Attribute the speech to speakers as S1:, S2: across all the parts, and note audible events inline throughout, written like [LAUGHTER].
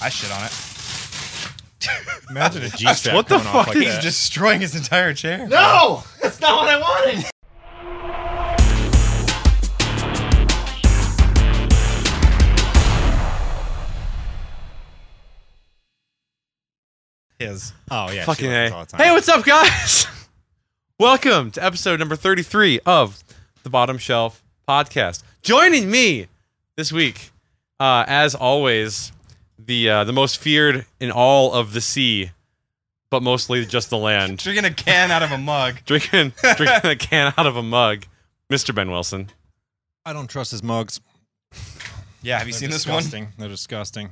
S1: I shit on
S2: [LAUGHS]
S1: it.
S2: Imagine a G strap.
S3: What the
S2: coming off
S3: fuck
S2: like
S3: is
S2: that.
S3: just-
S1: Destroying his entire chair.
S4: No, that's not what I wanted.
S1: His.
S2: Oh yeah, she
S3: Fucking
S2: does this
S3: A.
S2: all the time.
S3: Hey, what's up, guys? [LAUGHS] Welcome to episode number 33 of the Bottom Shelf Podcast. Joining me this week, uh, as always, the uh, the most feared in all of the sea, but mostly just the land.
S1: Drinking a can out of a mug.
S2: [LAUGHS]
S3: Drinking drinking a can out of a mug, Mr. Ben Wilson.
S2: I don't trust his mugs.
S1: [LAUGHS] Yeah, have you
S2: They're
S1: seen this one?
S2: disgusting. They're disgusting.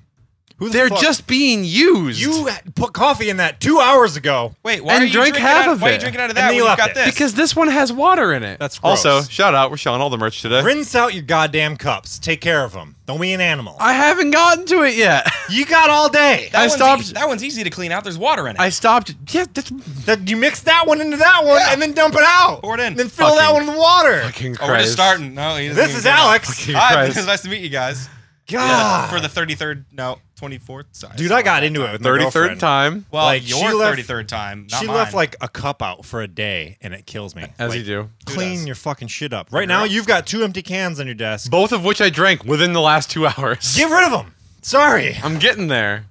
S2: Who the
S3: They're
S2: fuck-
S3: just being used.
S2: you put coffee in that two hours ago.
S1: Wait, why
S3: And
S1: are you
S3: drank
S1: drinking
S3: half
S1: out,
S3: of
S1: Why are you
S3: it.
S1: drinking out of
S2: And
S1: that
S2: then
S1: when
S2: you
S1: you've
S2: left
S1: got
S2: it.
S1: this?
S3: because this one has water in it.
S2: That's
S3: also
S2: gross.
S3: shout out. We're showing all the merch today.
S2: Rinse out your goddamn cups. Take care of them. Don't be an animal.
S3: I haven't gotten to it yet. [LAUGHS]
S2: you got all day.
S1: that
S3: I
S1: one's
S3: stopped-
S1: easy- that one's easy to clean out. There's water in it.
S3: I stopped. Yeah, that's
S2: That- you mix that one into that one and then dump it out.
S1: Pour it in.
S2: Then fill that
S3: Fucking-
S2: one with water.
S3: fucking
S1: oh, we're just
S3: Christ.
S1: starting. No, he doesn't
S2: This
S1: even
S2: is
S1: get it.
S2: Alex.
S1: [LAUGHS] Hi,
S3: Christ.
S1: it's nice to meet you guys.
S2: God.
S1: For the 33rd, no, 24th. Sorry,
S2: Dude, I got into it with my
S3: Thirty-third
S2: girlfriend.
S3: time,
S1: Well,
S2: Like,
S1: your
S2: she left-
S1: 33rd time. Not
S2: She
S1: mine.
S2: left like a cup out for a day and it kills me.
S3: as
S2: Like,
S3: you do.
S1: Who
S2: Clean
S1: does?
S2: your fucking shit up. Right now, you've got two empty cans on your desk.
S3: Both of which I drank within the last two [LAUGHS] hours.
S2: Get rid of them.
S3: [LAUGHS]
S2: Sorry.
S3: I'm getting there.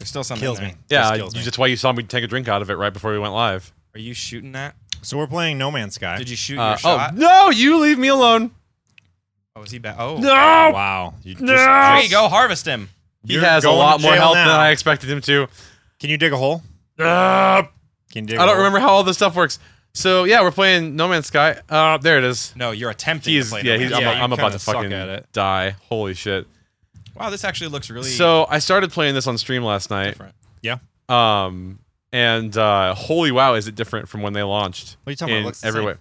S1: There's still something.
S2: Kills
S1: in there.
S2: me.
S3: Yeah,
S2: Just
S3: you-
S2: kills me.
S3: that's why you saw me take a drink out of it right before we went live.
S1: Are you shooting that?
S2: So we're playing No Man's Sky.
S1: Did you shoot
S3: Uh,
S1: your
S3: oh
S1: shot?
S3: no, you leave me alone.
S1: Oh, is he back? Oh,
S3: No,
S2: Wow. You just-
S1: there
S3: no.
S1: you go. Harvest him.
S3: He
S2: You're
S3: has a
S2: going
S3: lot
S2: to
S3: more
S2: jail
S3: health than
S2: now.
S3: I expected him to.
S2: Can you dig a hole?
S3: Uh,
S2: Can you dig
S3: I
S2: a
S3: don't
S2: hole?
S3: remember how all this stuff works. So yeah, we're playing No Man's Sky. Uh, there it is.
S1: No, you're attempting
S3: He's
S1: to play.
S3: yeah,
S1: the
S3: he's,
S1: game.
S3: I'm,
S2: Yeah, you
S3: I'm about
S2: kinda
S3: to
S2: suck
S3: fucking
S2: at it.
S3: die. Holy shit!
S1: Wow, this actually looks really
S3: So I started playing this on stream last night.
S1: different.
S2: Yeah.
S3: Um, and uh, holy wow, is it different from when they launched?
S2: What are you talking about?
S3: in
S2: It looks the
S3: every
S2: same.
S3: way.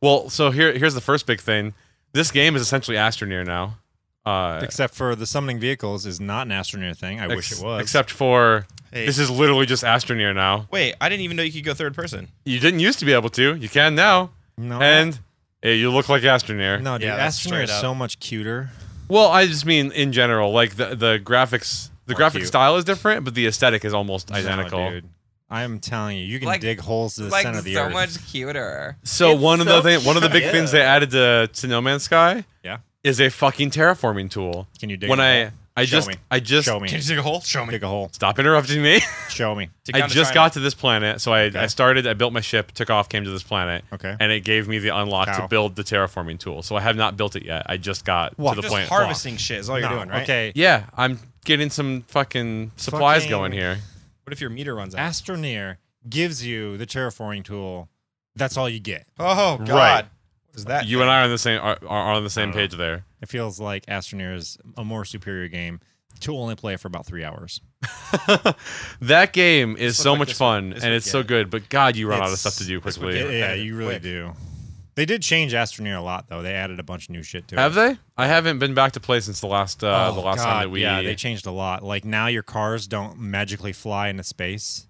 S3: Well, so here, here's the first big thing. This game is essentially Astroneer now. Uh,
S2: Except for the summoning vehicles is not an astroneer thing. I wish
S3: ex-
S2: it was.
S3: Except for
S1: Hey.
S3: this is literally just Astroneer now.
S1: Wait, I didn't even know you could go third person.
S3: You didn't used to be able to. You can now.
S2: no,
S3: And hey, you look like Astroneer.
S2: Oh, no, dude,
S1: Yeah, that's
S2: astroneer is
S1: straight up.
S2: so much cuter.
S3: Well, I just mean in general, like the the graphics, the
S2: More
S3: graphic
S2: cute.
S3: style is different, but the aesthetic is almost identical.
S2: No, dude. I am telling you, you can
S1: Like-
S2: dig holes to the center of the earth.
S1: cuter.
S3: So
S1: It's
S3: one of
S1: so
S3: the thing, one of the big
S1: cute.
S3: things they added to, to No Man's Sky,
S2: Yeah.
S3: is a fucking terraforming tool.
S2: Can you dig?
S3: when
S2: a
S3: I
S2: hole?
S3: I
S2: Show
S3: just
S2: me.
S3: I just
S2: show me,
S1: Can you dig a hole? Show me.
S2: dig a hole,
S3: stop interrupting me.
S2: show me.
S1: Dig
S3: I
S1: down to
S3: just
S1: China.
S3: got to this planet, so I, I started. I built my ship, took off, came to this planet,
S2: Okay.
S3: and it gave me the unlock
S2: Cow.
S3: to build the terraforming tool. So I have not built it yet. I just got
S2: Well,
S3: to the
S1: Just
S3: point.
S1: harvesting shit is all you're
S2: No,
S1: doing, right?
S2: Okay,
S3: yeah, I'm getting some fucking supplies
S2: Fucking-
S3: going here.
S1: What if your meter runs out?
S2: astroneer gives you the terraforming tool. That's all you get.
S1: Oh God.
S3: Right.
S1: What is that?
S3: You and I are on the same are, are on the same page there.
S2: It feels like astroneer is a more superior game to only play for about three hours.
S3: That game is
S1: looks
S3: so
S1: like
S3: much
S1: this one-
S3: fun
S1: this
S3: and
S1: would
S3: it's
S1: get
S3: so
S1: it.
S3: good, but God, you run out of
S2: It's-
S3: stuff to do
S1: this would
S3: quickly.
S1: get it.
S2: yeah, you really
S1: Quick.
S2: do. They did change astroneer a lot though. They added a bunch of new shit to it.
S3: Have they? I haven't been back to play since the last uh,
S2: Oh,
S3: the last time
S2: God,
S3: that we.
S2: yeah they changed a lot. Like now your cars don't magically fly into space.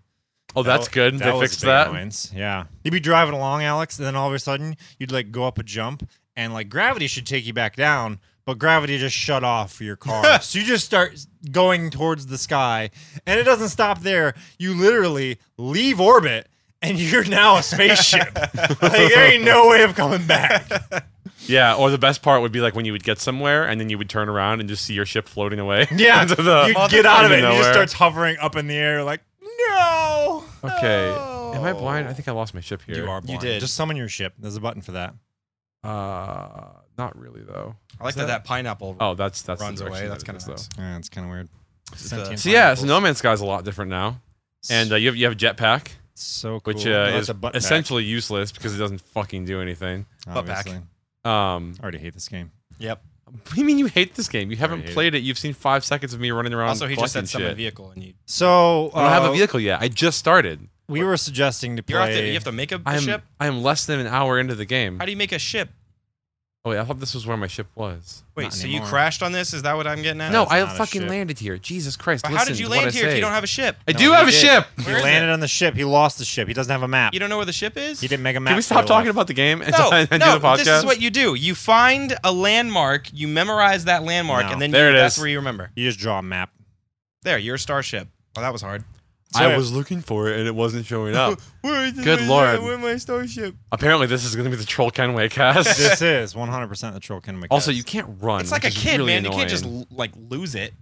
S3: oh, that's
S2: That-
S3: good. they
S2: was a
S3: fixed
S2: big
S3: that.
S2: annoyance. Yeah, you'd be driving along, Alex, and then all of a sudden you'd like go up a jump, and like gravity should take you back down, but gravity just shut off for your
S3: [LAUGHS]
S2: car, so you just start going towards the sky, and it doesn't stop there. You literally leave orbit. And you're now a
S3: [LAUGHS]
S2: spaceship. like, there ain't no way of coming back.
S3: Yeah, or the best part would be like when you would get somewhere and then you would turn around and just see your ship floating away.
S2: [LAUGHS]
S3: [LAUGHS]
S2: Yeah,
S3: into the-
S2: you get out of it. And
S3: into
S2: it just
S3: nowhere.
S2: starts hovering up in the air, like no.
S3: Okay. Am I blind? I think I lost my ship here.
S2: You are. Blind.
S1: did.
S2: Just summon your ship. There's a button for that.
S3: Uh, not really though.
S1: I like that that pineapple
S3: Oh, that's that's the
S1: runs away.
S3: direction
S1: That's
S3: that
S1: kind
S3: it
S1: of
S3: is,
S1: nice.
S2: Yeah, it's kind of weird.
S1: It's
S2: Sentient
S1: a-
S3: So yeah, so No Man's Sky's a lot different now, and uh, you have you have a jetpack,
S2: so cool.
S3: which
S2: No,
S3: uh,
S2: that's
S3: is
S2: a butt pack,
S3: essentially useless because it doesn't fucking do anything.
S1: butt pack.
S2: obviously.
S3: Um,
S2: I already hate this game.
S1: Yep.
S3: what do you mean you hate this game? You haven't
S2: hate it.
S3: played it. You've seen five seconds of me running around.
S1: Also, he just said
S3: collecting
S1: summon
S3: shit.
S1: vehicle, and you
S2: So
S3: I don't have
S2: uh,
S3: a vehicle yet. I just started.
S2: We were suggesting to
S1: you have to
S2: play-
S1: you have to make a
S3: I am
S1: ship.
S3: I am less than an hour into the game.
S1: How do you make a ship?
S3: Oh wait, I thought this was where my ship was.
S1: Wait,
S2: Not
S1: so you
S2: anymore.
S1: crashed on this? Is that what I'm getting at?
S3: no,
S2: it's
S3: I
S2: not a
S3: fucking
S2: ship.
S3: landed here. Jesus Christ!
S1: But
S3: Listen
S1: how did you
S3: to what
S1: land
S3: I
S1: here if
S3: say.
S1: you don't have a ship?
S3: I
S2: No,
S3: do
S2: he
S3: have a
S2: did.
S3: ship.
S2: He
S1: Where is
S2: landed
S1: it?
S2: on the ship. He lost the ship. He doesn't have a map.
S1: You don't know where the ship is?
S2: He didn't make a map.
S3: Can we stop
S2: for the
S3: talking
S2: left.
S3: about the game and,
S1: No,
S3: [LAUGHS] and do
S1: no.
S3: the podcast?
S1: This is what you do. You find a landmark, you memorize that landmark,
S2: No.
S1: and then
S3: There
S1: you,
S3: it
S1: that's
S3: is.
S1: where you remember. [LAUGHS]
S2: You just draw a map.
S1: There, you're a starship. Oh, that was hard.
S3: I was looking for it and it wasn't showing
S1: [LAUGHS]
S3: up.
S1: Where is
S3: Oh, Good lord.
S1: Where's my starship?
S3: Apparently, this is going to be the Troll Kenway
S1: [LAUGHS]
S3: cast.
S2: this is 100% the troll can make.
S3: also, you can't run.
S1: It's like a
S3: which is
S1: kid,
S3: really
S1: man. You can't just
S3: annoying.
S1: l- like lose it.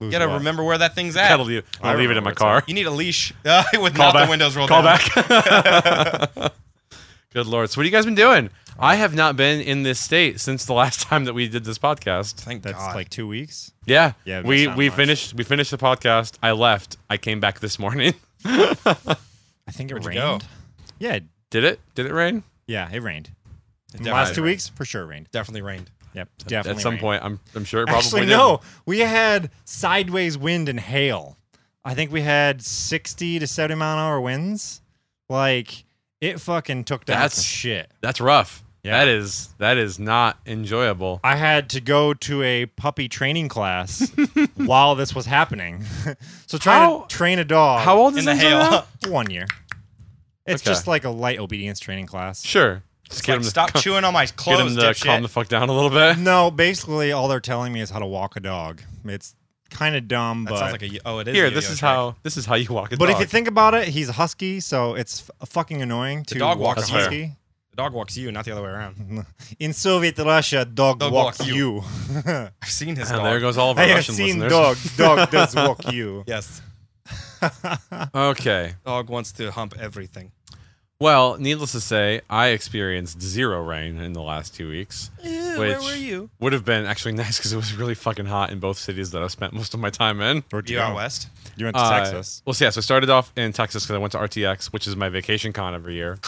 S2: Lose
S1: You gotta
S2: what?
S1: remember where that thing's
S3: Gotta
S1: at.
S3: leave,
S2: I
S3: I'll leave it in
S2: remember
S3: my
S2: what's up.
S3: car.
S1: You need a leash [LAUGHS] uh, with
S3: Call
S1: not
S3: back.
S1: the windows rolled
S3: Call
S1: down.
S3: back. [LAUGHS] Good lord. So, what have you guys been doing? I have not been in this state since the last [LAUGHS] time that we did this podcast.
S1: Thank
S2: That's
S1: God.
S2: like two weeks.
S3: Yeah.
S2: Yeah, that's
S3: we
S2: not
S3: we
S2: much.
S3: finished we finished the podcast. I left. I came back this morning. [LAUGHS]
S2: I think it
S1: you go?
S2: rained. Yeah, it-
S3: Did it? Did it rain?
S2: yeah, it rained. The
S1: definitely
S2: last two
S1: rained.
S2: weeks, for sure rained.
S1: [LAUGHS] definitely rained.
S2: Yep, definitely.
S3: At some
S2: rained.
S3: point, I'm
S2: [LAUGHS]
S3: I'm sure it probably
S2: Actually,
S3: did.
S2: no. We had sideways wind and hail. I think we had 60 to 70 mile an hour winds. Like, it fucking took down
S3: That's-
S2: some shit.
S3: That's rough.
S2: Yeah.
S3: That is that is not enjoyable.
S2: I had to go to a puppy training
S3: [LAUGHS]
S2: class while this was happening. [LAUGHS] so trying
S3: How-
S2: to train a dog.
S3: How old is
S1: In the
S3: this one
S1: hail. [LAUGHS]
S2: [LAUGHS]
S3: now?
S2: One year. It's
S3: Okay.
S2: just like a light obedience training class.
S3: Sure. Just
S1: It's
S3: get
S1: like,
S3: him to
S1: stop
S3: calm-
S1: chewing on my
S3: get
S1: clothes,
S3: him to calm the
S1: dipshit.
S3: fuck down a little bit.
S2: No, basically all they're telling me is how to walk a dog. It's kind of dumb,
S1: That
S2: but
S1: sounds like a y- oh, it is.
S3: Here,
S1: a yo-yo
S3: this is
S1: trick.
S3: how this is how you walk a
S2: But
S3: dog.
S2: if you think about it, he's a husky, so it's f- fucking annoying to
S1: dog
S2: walk a
S1: walks
S3: you.
S2: husky.
S1: the dog walks you, not the other way around.
S3: Mm-hmm.
S2: In Soviet Russia, dog,
S1: Dog
S2: walks
S1: walks
S2: you. [LAUGHS]
S1: I've seen his
S3: And
S1: dog.
S3: Ah, there goes all of
S2: I
S3: our
S2: have
S3: Russian
S2: seen dog.
S3: listeners.
S2: Dog does walk [LAUGHS] you.
S1: Yes,
S3: Okay.
S1: dog wants to hump everything.
S3: Well, needless to say, I experienced zero rain in the last two weeks. where
S1: Eh, where
S3: Which-
S1: were
S3: were
S1: you?
S3: Would have been actually [LAUGHS] nice because it was really fucking hot in both cities that I spent most of my time in.
S2: Where'd
S1: You out west?
S2: You went to
S3: Uh,
S2: Texas.
S3: Well, so yeah, so I started off in Texas because I went to RTX, which is my vacation con every year.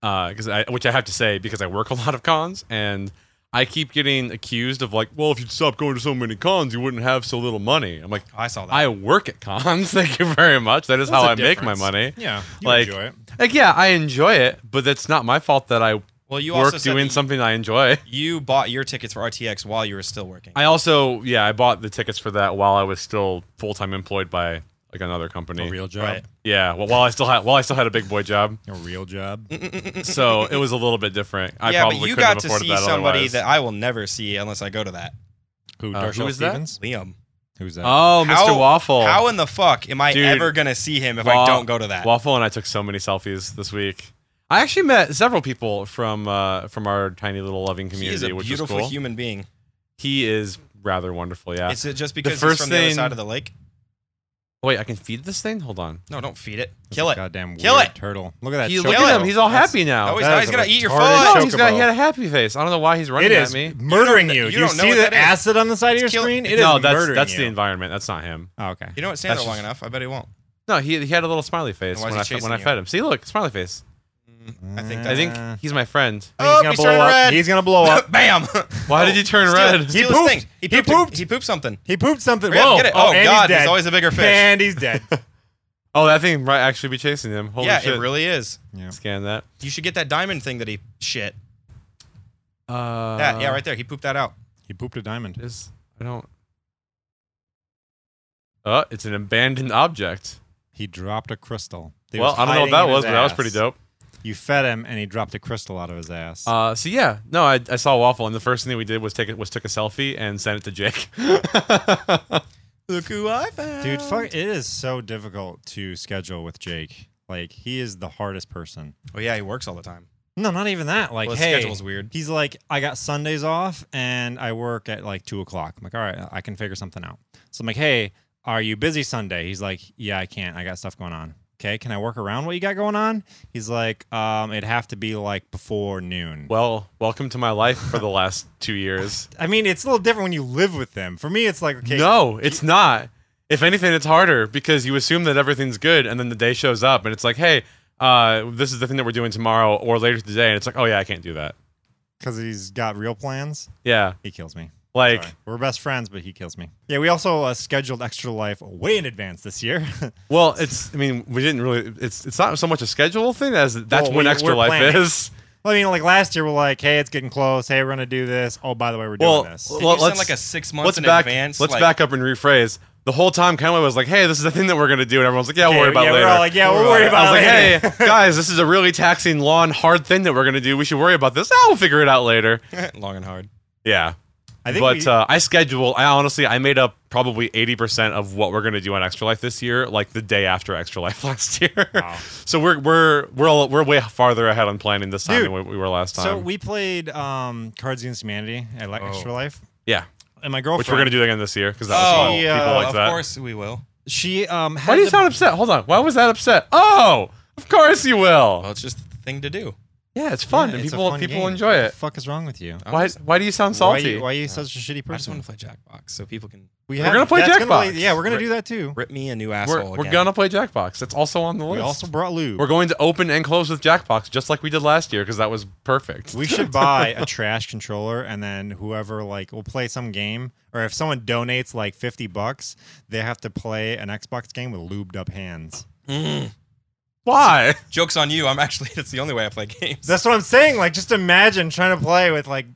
S3: Because I, which I have to say, because I work a [LAUGHS] lot of cons, and I keep getting accused of like, well, if you'd stop going to so many cons, you wouldn't have so little money. I'm like,
S1: I saw that.
S3: I work at cons. [LAUGHS] Thank you very much. That is
S1: What's
S3: how
S1: the
S3: I make my
S1: difference?
S3: money.
S2: Yeah, you
S3: like-
S2: enjoy it.
S3: Like, yeah, I enjoy it, but that's not my fault that I
S1: well, you
S3: work
S1: also said
S3: doing
S1: that
S3: something I enjoy.
S1: You bought your tickets for RTX while you were still working.
S3: I also, yeah, I bought the tickets for that while I was still full time employed by like another
S1: Oh,
S3: company.
S2: A real job.
S1: Right.
S3: yeah, well, while I still had while I still had a big boy
S1: [LAUGHS]
S3: job,
S2: A real job.
S3: so it was a little bit different. I
S1: yeah,
S3: probably
S1: but you
S3: couldn't
S1: got
S3: have
S1: to
S3: afforded
S1: see
S3: that
S1: somebody
S3: otherwise.
S1: that I will never see unless I go to that.
S2: Who? Uh,
S3: Uh,
S2: Darshell
S3: who is that?
S2: Stevens?
S1: Liam.
S2: Who's that?
S3: Oh,
S1: How-
S3: Mr. Waffle.
S1: How in the fuck am I
S3: Dude,
S1: ever gonna see him if
S3: Wa-
S1: I don't go to that?
S3: Waffle and I took so many selfies this week. I actually met several people from uh, from our tiny little loving
S1: he
S3: community,
S1: is a
S3: which is
S1: beautiful
S3: cool.
S1: human being.
S3: he is rather wonderful. Yeah.
S1: Is it just because
S3: first
S1: he's from the other
S3: thing-
S1: side of the lake?
S3: Wait, I can feed this thing. Hold on.
S1: No, don't feed it. Kill it.
S2: Goddamn
S1: Kill
S2: weird
S1: it.
S2: turtle. Look at that.
S3: He,
S2: choke-
S3: look at
S1: Chocobo.
S3: him. He's all
S2: That's-
S3: happy now.
S1: Oh, he's,
S2: That
S1: now
S2: is
S1: he's
S2: a
S1: gonna eat your
S2: retarded
S1: food.
S3: no, he's got, he
S2: chocobo.
S3: had a happy face. I don't know why he's running
S2: It
S3: at
S2: is
S3: me.
S2: murdering
S1: You
S2: you.
S1: don't
S2: Do you
S1: know
S2: see
S1: what
S2: the
S1: that is.
S2: acid on the side of your
S1: It's killing-
S2: screen? It is
S3: no, that's
S2: murdering
S3: that's
S2: you.
S3: the environment. That's not him.
S2: Oh, okay.
S1: You don't stand
S3: That's
S1: there long
S3: just-
S1: enough. I bet he won't.
S3: No, he, he had a little smiley face
S1: Why
S3: when
S1: is he
S3: I fe-
S1: chasing
S3: when I
S1: you?
S3: fed him. See, look, smiley face.
S1: I think
S2: Uh,
S1: that's
S3: I think he's my friend.
S1: Oh,
S2: he's gonna
S1: he's
S2: blow
S1: turning
S2: up.
S1: red.
S2: He's gonna blow
S1: [LAUGHS]
S2: up.
S1: Bam!
S3: Why did you turn
S1: Steal-
S3: red?
S1: Steal
S2: He
S1: his
S2: pooped.
S1: thing.
S2: He
S1: He pooped.
S2: pooped.
S1: He, pooped something.
S2: He pooped something.
S1: Hurry up,
S2: Whoa!
S1: get it.
S2: Oh,
S1: Oh,
S2: and
S1: God,
S2: he's
S1: there's
S2: dead.
S1: always a bigger fish.
S2: And he's dead.
S3: Oh, that thing might actually be chasing him. Holy
S1: [LAUGHS] yeah,
S3: shit!
S1: it really is.
S2: yeah.
S3: Scan that.
S1: You should get that diamond thing that he shit.
S3: Uh,
S1: That, yeah, right there. He pooped that out.
S2: [LAUGHS] He pooped a diamond.
S3: Is I don't. Uh, it's an abandoned object.
S2: He dropped a crystal. That he
S3: well,
S2: was
S3: I don't know what
S2: hiding
S3: that
S2: in
S3: was,
S2: his
S3: but that was
S2: ass.
S3: pretty dope.
S2: You fed him, and he dropped a crystal out of his ass.
S3: Uh, so yeah, no, I, I saw waffle, and the first thing that we did was take it was took a selfie and sent it to Jake. [LAUGHS]
S1: Look who I found.
S2: Dude, fuck, it is so difficult to schedule with Jake. Like, he is the hardest person.
S1: Oh yeah, he works all the time.
S2: No, not even that. Like,
S1: Well, his
S2: hey,
S1: schedule's weird.
S2: He's like, I got Sundays off and I work at like two o'clock. I'm like, all right, I can figure something out. So I'm like, hey, are you busy Sunday? He's like, yeah, I can't. I got stuff going on. Okay, can I work around what you got going on? He's like, um, it'd have to be like before noon.
S3: well, welcome to my life for
S2: [LAUGHS]
S3: the last two years.
S2: I mean, it's a little different when you live with them. For me, it's like, okay,
S3: No, it's not. If anything, it's harder because you assume that everything's good, and then the day shows up, and it's like, hey, uh, this is the thing that we're doing tomorrow or later today, and it's like, oh yeah, I can't do that.
S2: because he's got real plans.
S3: Yeah,
S2: He kills me.
S3: like
S2: Sorry. We're best friends, but he kills me. Yeah, we also uh, scheduled Extra Life way in advance this year. [LAUGHS]
S3: Well, it's. I mean, we didn't really. It's. It's not so much a schedule thing as that's
S2: Well,
S3: when
S2: we-
S3: extra
S2: we're
S3: life
S2: planning.
S3: is.
S2: I mean, like last year, we're like, hey, it's getting close. Hey, we're going to do this. Oh, by the way, we're doing
S3: Well,
S2: this.
S3: well,
S1: Did you
S3: let's-
S1: send like a six months
S3: Let's
S1: in
S3: back.
S1: advance?
S3: let's
S1: like,
S3: back up and rephrase. The whole time, Kenway was like, "Hey, this is the thing that we're gonna do," and everyone's like, "Yeah, we'll
S2: Okay,
S3: worry about
S2: yeah,
S3: it later."
S2: We're all like, yeah,
S1: We'll
S2: we'll
S1: worry
S2: worry
S1: about
S3: I
S2: about
S3: was
S2: it
S3: like,
S2: later. [LAUGHS]
S3: "Hey, guys, this is a really taxing,
S1: [LAUGHS]
S3: long, hard thing that we're gonna do. We should worry about this. Ah, we'll figure it out later."
S1: long and hard.
S3: Yeah.
S2: I think
S3: but
S2: we-
S3: uh, I schedule. I honestly, I made up probably eighty percent of what we're gonna do on Extra Life this year, like the day after Extra Life [LAUGHS] last year.
S2: Wow.
S3: so we're we're we're all, we're way farther ahead on planning this time
S2: Dude,
S3: than we, we were last time.
S2: So we played um, Cards Against Humanity at like
S1: Oh.
S2: Extra Life,
S3: yeah,
S2: and my
S3: which
S2: girlfriend.
S3: we're gonna do again this year because that
S1: Oh,
S3: was fun.
S2: yeah,
S3: People liked
S1: of
S3: that.
S1: course we will.
S2: She um. Had
S3: Why do you
S2: the-
S3: sound upset? Hold on. Why was that upset? Oh, of course you will.
S1: Well, it's just the thing to do.
S3: Yeah, it's fun
S2: Yeah,
S3: and
S2: it's a
S3: people
S2: fun
S3: people
S2: game.
S3: enjoy
S2: What the
S3: it.
S2: fuck is wrong with you?
S1: I'm
S3: Why
S1: just-
S3: why do you sound
S2: Why
S3: salty?
S2: you, why you such a shitty
S1: I just
S2: person?
S1: want to
S3: Mm-hmm.
S1: play Jackbox so people can
S2: we
S3: We're gonna play
S2: that's
S3: Jackbox.
S2: be- yeah, we're gonna
S1: Right.
S2: do that too.
S1: rip me a new
S3: we're
S1: asshole.
S3: we're
S1: again.
S3: gonna play Jackbox. That's also on the
S2: We
S3: list.
S2: also brought lube.
S3: We're going to open and close with Jackbox, just like we did last year, because that was perfect.
S2: We should buy
S3: [LAUGHS]
S2: a trash controller, and then whoever like will play some game, or if someone donates like fifty bucks, they have to play an Xbox game with lubed up hands.
S3: Why?
S1: Joke's on you. I'm actually, [LAUGHS] that's the only way I play games. [LAUGHS]
S2: That's what I'm saying. Like, just imagine trying to play with like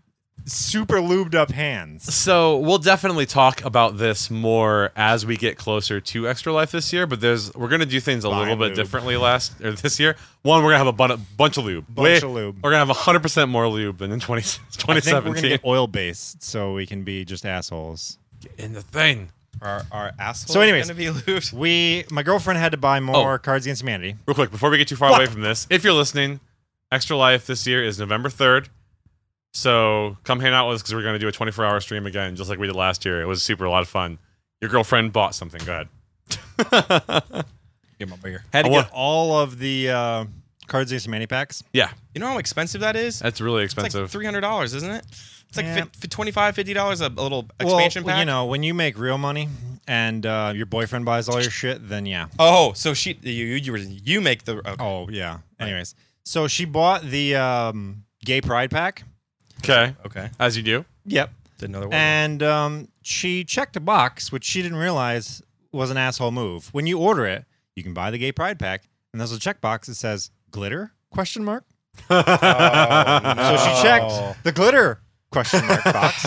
S2: super lubed up hands.
S3: [LAUGHS] So we'll definitely talk about this more as we get closer to Extra Life this year. But there's we're gonna do things a
S2: Buy
S3: little bit
S2: lube.
S3: differently last or this year. One, we're gonna have a bun- bunch of lube.
S2: Bunch of lube.
S3: We're gonna have hundred percent more lube than in 20,
S2: I think we're
S3: 2017.
S2: gonna get oil based, so we can be just assholes.
S3: in the thing.
S1: Our, our asshole
S2: So anyways-
S1: is going to
S3: [LAUGHS]
S1: be loose.
S2: We, my girlfriend had to buy more
S1: Oh.
S2: Cards Against Humanity.
S3: Real quick, before we get too far
S2: What?
S3: away from this, if you're listening, Extra Life this year is November 3rd. So come hang out with us because we're going to do a 24 hour stream again, just like we did last year. It was super a lot of fun. Your girlfriend bought something. Go ahead.
S1: Get my beer.
S2: Had to
S3: I wa-
S2: get all of the uh, Cards Against Humanity packs.
S3: Yeah,
S1: You know how expensive that is?
S3: that's really
S1: It's like
S3: expensive.
S1: $300, isn't it? It's like
S2: Yeah.
S1: fif- fif- $25, $50 a little expansion
S2: well,
S1: pack.
S2: you know, when you make real money and uh, your boyfriend buys all your shit, then yeah.
S1: Oh, so she, you, you, you, were- you make the, okay.
S2: Oh yeah. Anyways, so she bought the um, Gay Pride pack.
S3: okay.
S1: okay.
S3: As you do.
S2: Yep.
S1: Didn't know there was
S2: And um, she checked a box which she didn't realize was an asshole move. When you order it, you can buy the Gay Pride pack, and there's a checkbox that says glitter question [LAUGHS] mark. So she checked the glitter question mark [LAUGHS] box.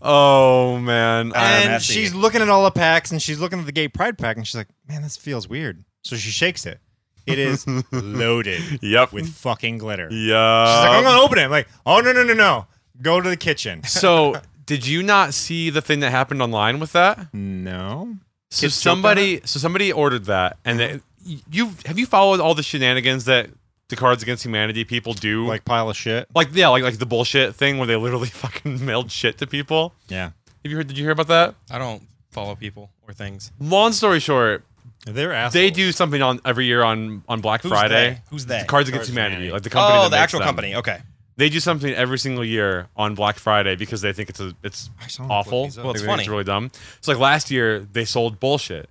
S3: Oh, man.
S2: and
S3: I'm-
S1: messy.
S2: she's looking at all the packs and she's looking at the gay pride pack and she's like man this feels weird so she shakes it it [LAUGHS] is loaded
S3: Yep.
S2: with fucking glitter she's like i'm
S3: Yeah.
S2: gonna open it i'm like oh no no no no go to the
S3: "Oh."
S2: kitchen
S3: [LAUGHS] So, did you not see the thing that happened online with that?
S2: no
S3: So
S2: Kids choked on
S3: somebody, so somebody ordered that, and it- you have you followed all the shenanigans that the Cards Against Humanity people do,
S2: like pile of shit
S3: like yeah, like like the bullshit thing where they literally [LAUGHS] fucking mailed shit to people.
S2: yeah
S3: Have you heard? Did you hear about that?
S1: I don't follow people or things.
S3: Long story short,
S2: they're assholes.
S3: they do something on every year on on Black
S1: Who's
S3: Friday.
S1: they? Who's they?
S3: Cards, Against
S2: Cards
S3: Humanity,
S2: Humanity.
S3: like the company.
S1: Oh,
S3: that
S1: the
S3: makes
S1: actual
S3: them.
S1: company. Okay.
S3: They do something every single year on Black Friday because they think it's a, it's
S2: I
S1: Oh,
S2: saw them put
S3: awful.
S2: these up.
S1: Well, it's
S3: They think
S1: funny.
S3: It's really dumb. It's like last year they sold bullshit,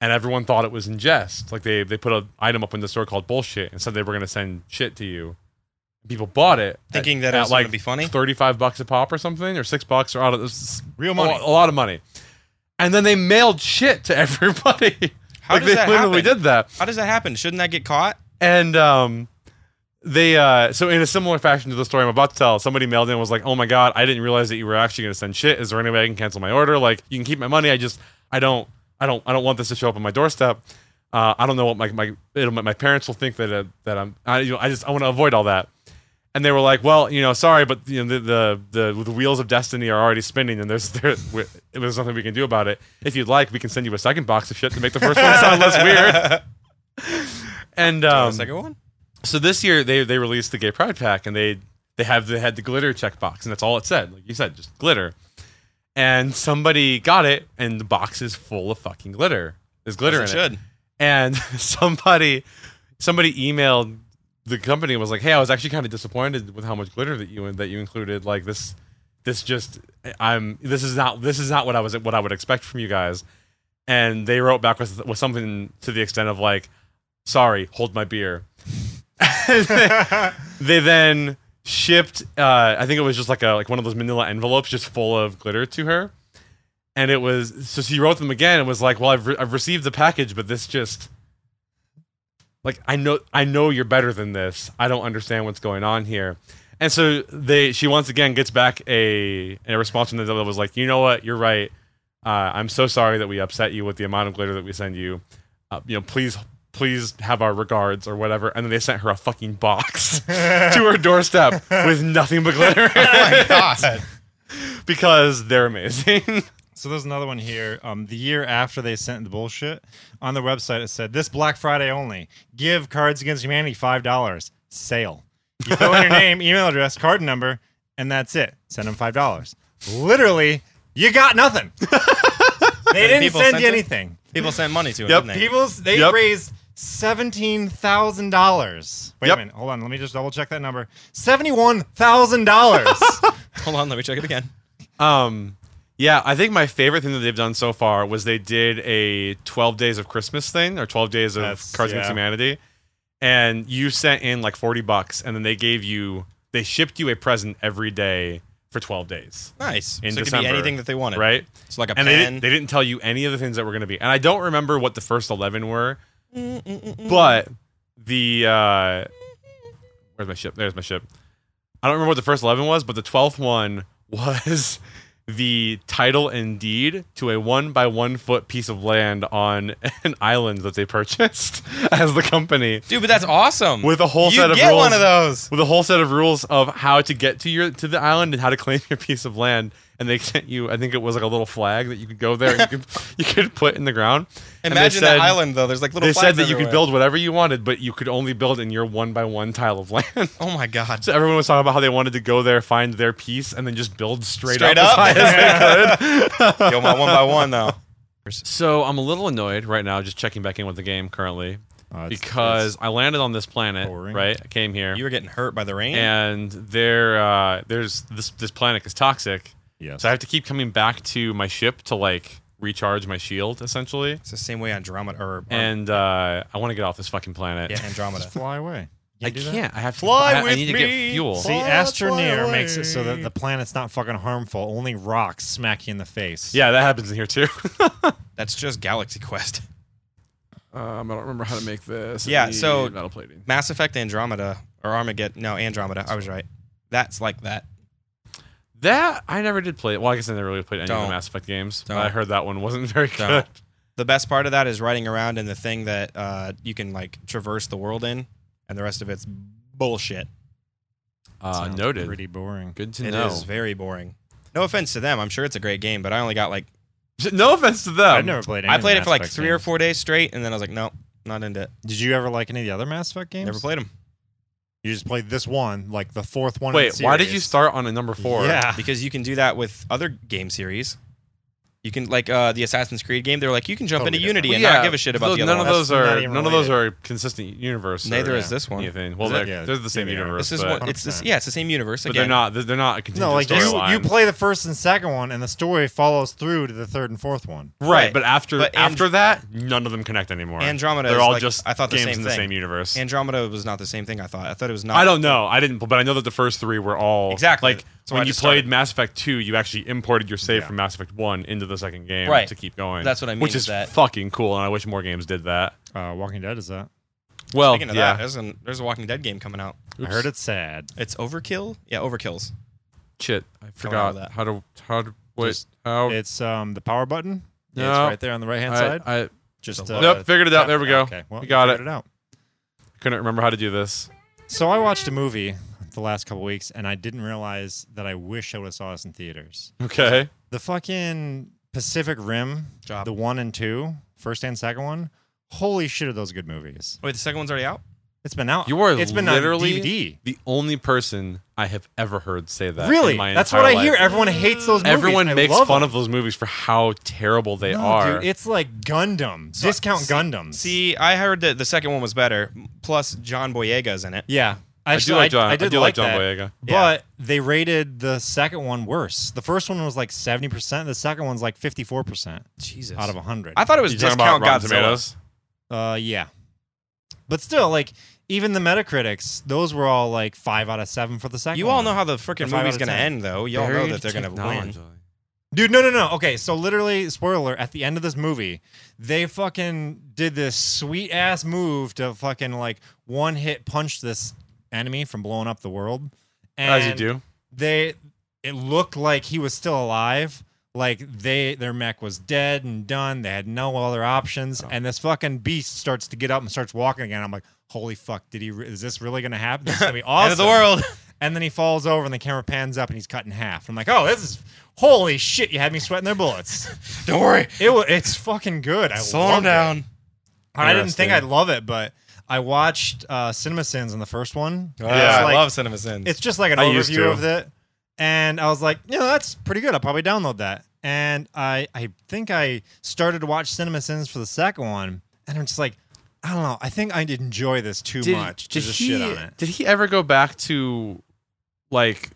S3: and everyone thought it was in jest. Like they they put an item up in the store called bullshit and said they were gonna send shit to you. People bought it at-
S1: Thinking that it
S3: at
S1: was
S3: like
S1: gonna be funny?
S3: thirty five bucks a pop or something, or six bucks, or out of this
S2: Real money.
S3: a, lot- a lot of money. And then they mailed shit to [LAUGHS] everybody.
S1: How
S3: like
S1: does
S3: they
S1: that
S3: literally
S1: happen?
S3: did that
S1: How does that happen? Shouldn't that get caught?
S3: and um they uh so in a similar fashion to the story I'm about to tell, somebody mailed in and was like, "Oh my god, I didn't realize that you were actually going to send shit. Is there any way I can cancel my order? Like, you can keep my money. I just I don't I don't I don't want this to show up on my doorstep. Uh, I don't know what my my it'll, my parents will think that uh, that I'm I you know I just I want to avoid all that." And they were like, "Well, you know, sorry, but you know the the the, the wheels of destiny are already spinning, and there's there, we- there's nothing we can do about it. If you'd like, we can send you a second box of shit to make the first one sound less weird." And
S1: The
S3: um,
S1: second one?
S3: so this year they they released the gay pride pack and they they have they had the glitter checkbox and that's all it said like you said just glitter and somebody got it and the box is full of fucking glitter there's glitter
S1: As
S3: in
S1: it
S3: it
S1: should.
S3: and [LAUGHS] somebody somebody emailed the company and was like hey I was actually kind of disappointed with how much glitter that you that you included like this this just I'm this is not this is not what I was what I would expect from you guys and they wrote back with with something to the extent of like sorry hold my beer [LAUGHS] they then shipped uh, i think it was just like a like one of those manila envelopes just full of glitter to her and it was so she wrote them again and was like well i've, re- I've received the package but this just like i know i know you're better than this i don't understand what's going on here and so they she once again gets back a a response from them that was like you know what you're right uh, i'm so sorry that we upset you with the amount of glitter that we send you uh, you know please please have our regards or whatever and then they sent her a fucking box to her doorstep with nothing but glitter
S1: Oh my God.
S3: [LAUGHS] because they're amazing.
S2: So there's another one here. Um, the year after they sent the bullshit on their website, it said this Black Friday only. Give Cards Against Humanity five dollars. Sale. You fill
S3: [LAUGHS]
S2: in your name, email address, card number, and that's it. Send them five dollars. Literally, you got
S3: [LAUGHS]
S2: nothing. they didn't
S1: people
S2: send
S1: sent
S2: you
S1: it?
S2: anything.
S1: People send money to it,
S3: Yep.
S1: didn't they?
S2: People, they
S3: Yep.
S2: raised seventeen thousand dollars. Wait
S3: Yep.
S2: a minute. Hold on. Let me just double check that number. Seventy-one thousand dollars.
S3: [LAUGHS]
S1: Hold on, let me check it again.
S3: Um, yeah, I think my favorite thing that they've done so far was they did a 12 Days of Christmas thing or 12 Days of
S2: That's-
S3: Cards Against
S2: yeah.
S3: Humanity, and you sent in like 40 bucks, and then they gave you they shipped you a present every day for 12 days,
S1: Nice.
S3: In
S1: so it could be
S3: December,
S1: anything that they wanted.
S3: right?
S1: It's like a
S3: And they
S1: pen.
S3: didn't, they didn't tell you any of the things that were going to be. And I don't remember what the first 11 were, but the uh, where's my ship? There's my ship. I don't remember what the first 11 was, but the 12th one [LAUGHS] was the title and deed to a one by one foot piece of land on [LAUGHS] an island that they purchased [LAUGHS] as the company
S1: Dude, but that's awesome.
S3: with a whole
S1: you
S3: set of
S1: get
S3: rules
S1: one of
S3: [LAUGHS]
S1: those.
S3: with a whole set of rules of how to get to your to the island and how to claim [LAUGHS] your piece of land. And they sent you, I think it was like a little flag that you could go there, and
S1: [LAUGHS]
S3: you could you could put in the ground. And they
S1: Imagine
S3: said-
S1: that island though. There's like little.
S3: They said
S1: flags
S3: that you could
S1: everywhere.
S3: build whatever you wanted, but you could only build in your one by one tile of [LAUGHS] land.
S1: Oh my god.
S3: So everyone was talking about how they wanted to go there, find their piece, and then just build straight,
S1: Straight
S3: up, [LAUGHS] as
S1: up?
S3: high as
S1: [LAUGHS]
S3: they could.
S1: Yo, my one by
S3: [LAUGHS]
S1: one though.
S3: So I'm a little annoyed right now, just checking back in with the game currently,
S2: Uh,
S3: because I landed on this planet,
S2: boring.
S3: right? I came here,
S1: You were getting hurt by the rain.
S3: and there, uh, there's this this planet is toxic,
S2: yes.
S3: so I have to keep coming back to my ship to like recharge my shield, essentially.
S1: It's the same way Andromeda. Or, or-
S3: And uh, I want to get off this fucking planet.
S1: yeah,
S3: [LAUGHS]
S1: Andromeda.
S2: fly away.
S3: I
S2: You do that?
S3: can't. I have to.
S1: Fly
S3: I, I
S1: with
S3: need to
S1: me.
S3: get fuel.
S2: See,
S1: Fly, fly
S2: Astroneer
S1: away.
S2: makes it so that the planet's not fucking harmful. Only rocks smack you in the face.
S3: Yeah, that happens in here too. [LAUGHS]
S1: That's just Galaxy Quest.
S3: um, I don't remember how to make this.
S1: I Yeah, need so-
S3: metal plating.
S1: Mass Effect Andromeda or Armageddon. No, Andromeda. I was right. That's like that.
S3: That I never did play. Well, I guess I never really played any of
S1: Don't.
S3: the Mass Effect games. But
S1: Don't.
S3: I heard that one wasn't [LAUGHS] very
S1: Don't.
S3: good.
S1: The best part of that is riding around in the thing that uh, you can like traverse the world in, and the rest of it's bullshit.
S3: Uh,
S2: Sounds
S3: noted.
S2: Pretty boring.
S3: Good to
S1: It is
S3: know.
S1: very boring. No offense to them. I'm sure it's a great game, but I only got like
S3: [LAUGHS] No offense to them.
S2: I've never played. Any
S1: I
S2: of the
S1: played it for
S2: Mass
S1: like
S2: Effect
S1: three or
S2: games.
S1: four days straight, and then I was like, nope, not into it.
S2: Did you ever like any of the other Mass Effect games?
S1: Never played them
S2: You just played this one, like the fourth one. in
S3: Wait,
S2: the
S3: why did you
S2: series.
S3: start on a number four?
S2: Yeah.
S1: because you can do that with other game series. You can like uh, the Assassin's Creed game. They were like, you can jump
S2: Totally
S1: into
S2: different.
S1: Unity
S3: Well,
S1: and
S3: yeah,
S1: not give a shit about
S3: tho-
S1: the other
S3: none of
S1: one.
S3: those
S2: That's not
S3: are
S2: even
S3: none of those are consistent universe. or
S1: Neither is
S2: yeah.
S1: this one.
S3: Anything. Well,
S2: Is
S3: they're,
S2: it? Yeah.
S3: they're the same
S2: Yeah, they are.
S3: universe.
S1: This is
S3: but,
S1: what it's. This,
S2: 100%.
S1: yeah, it's the same universe
S3: but
S1: again.
S3: they're not. They're not a continuous
S2: No, like you,
S3: storyline.
S2: you play the first and second one, and the story follows through to the third and fourth one.
S3: right, but after
S1: But And-
S3: after that, none of them connect anymore.
S1: Andromeda
S3: They're
S1: is
S3: all
S1: like-
S3: just
S1: I thought the
S3: games
S1: same
S3: in the
S1: thing.
S3: same universe.
S1: Andromeda was not the same thing. I thought. I thought it was not.
S3: I don't know. I didn't, but I know that the first three were all
S1: Exactly.
S3: Like
S1: That's why I
S3: when you
S1: just
S3: played
S1: started.
S3: Mass Effect Two, you actually imported your save
S2: Yeah.
S3: from Mass Effect One into the second game
S1: Right.
S3: to keep going.
S1: That's what I mean
S3: Which
S1: is
S3: is
S1: that-
S3: fucking cool, and I wish more games did that.
S2: Uh, Walking Dead is that?
S3: Well,
S1: Speaking of
S3: yeah,
S1: that, there's, an, there's a Walking Dead game coming out.
S2: I heard it's sad.
S1: It's Overkill. Yeah, Overkill's. Oh,
S3: Shit, I
S1: out
S3: forgot
S1: of that.
S3: how to how to wait
S2: Just-
S3: how.
S2: It's um the power button.
S3: Oh. No.
S2: It's right there on the right hand
S3: I,
S2: side.
S3: I
S2: Just
S1: Nope,
S2: uh,
S3: nope, figured it out.
S2: tap-
S3: There we go.
S2: Okay, well,
S3: we
S2: you
S3: got it.
S2: figured it out.
S3: Couldn't remember how to do this.
S2: So I watched a movie the last couple weeks, and I didn't realize that I wish I would have saw this in theaters.
S3: Okay.
S2: The fucking Pacific Rim,
S1: Job.
S2: the one and two, first and second one. Holy shit, are those good movies?
S1: Wait, the second one's already out.
S2: It's been out.
S3: You are
S2: It's been
S3: literally
S2: on DVD.
S3: the only person I have ever heard say that. in
S2: Really?
S3: my
S2: That's what
S3: entire
S2: I
S3: life.
S2: hear. Everyone hates those movies.
S3: Everyone
S2: I
S3: makes
S2: love
S3: fun
S2: them.
S3: of those movies for how terrible they
S2: No,
S3: are.
S2: Dude, it's like Gundam.
S1: So-
S2: Discount
S1: see-
S2: Gundams.
S1: See, I heard that the second one was better. Plus, John Boyega's in it.
S2: yeah.
S3: I do
S2: Actually,
S3: like John. I,
S2: did
S3: do like, John
S2: that.
S3: Boyega.
S2: But they rated the second one worse. The first one was like 70%. The second one's like 54%
S1: Jesus.
S2: out of 100.
S1: I thought it was
S3: You talking about
S1: Discount
S3: Rotten
S1: Godzilla.
S3: Tomatoes?
S2: Uh, yeah. But still, like, even the Metacritics, those were all like five out of seven for the second.
S1: You all
S2: one.
S1: know how the
S2: Or
S1: freaking
S2: five out
S1: movie's
S2: of
S1: going to
S2: 10.
S1: end, though. You all know that they're going to win.
S2: dude. No, no, no. Okay, so literally, spoiler at the end of this movie, they fucking did this sweet ass move to fucking like one hit punch this enemy from blowing up the world. And
S3: As you do.
S2: they it looked like he was still alive like they their mech was dead and done they had no other options and this fucking beast starts to get up and starts walking again i'm like holy fuck did he re- is this really gonna happen
S1: [LAUGHS]
S2: this is gonna be awesome
S1: End of the world.
S2: and then he falls over and the camera pans up and he's cut in half i'm like oh this is Holy shit! You had me sweating their
S1: [LAUGHS]
S2: bullets.
S1: Don't worry.
S2: It wa it's fucking good. I
S1: Slow
S2: loved
S1: him
S2: it.
S1: down.
S2: I didn't think
S3: Interesting.
S2: I'd love it, but I watched uh, CinemaSins on the first one.
S1: Yeah,
S2: It's
S1: I
S2: like-
S1: love Cinema Sins.
S2: It's just like an
S3: I used to.
S2: overview of it, and I was like, you know, that's pretty good. I'll probably download that. And I, I think I started to watch CinemaSins for the second one, and I'm just like, I don't know. I think I'd enjoy this too much to just shit on it.
S3: Did he ever go back to like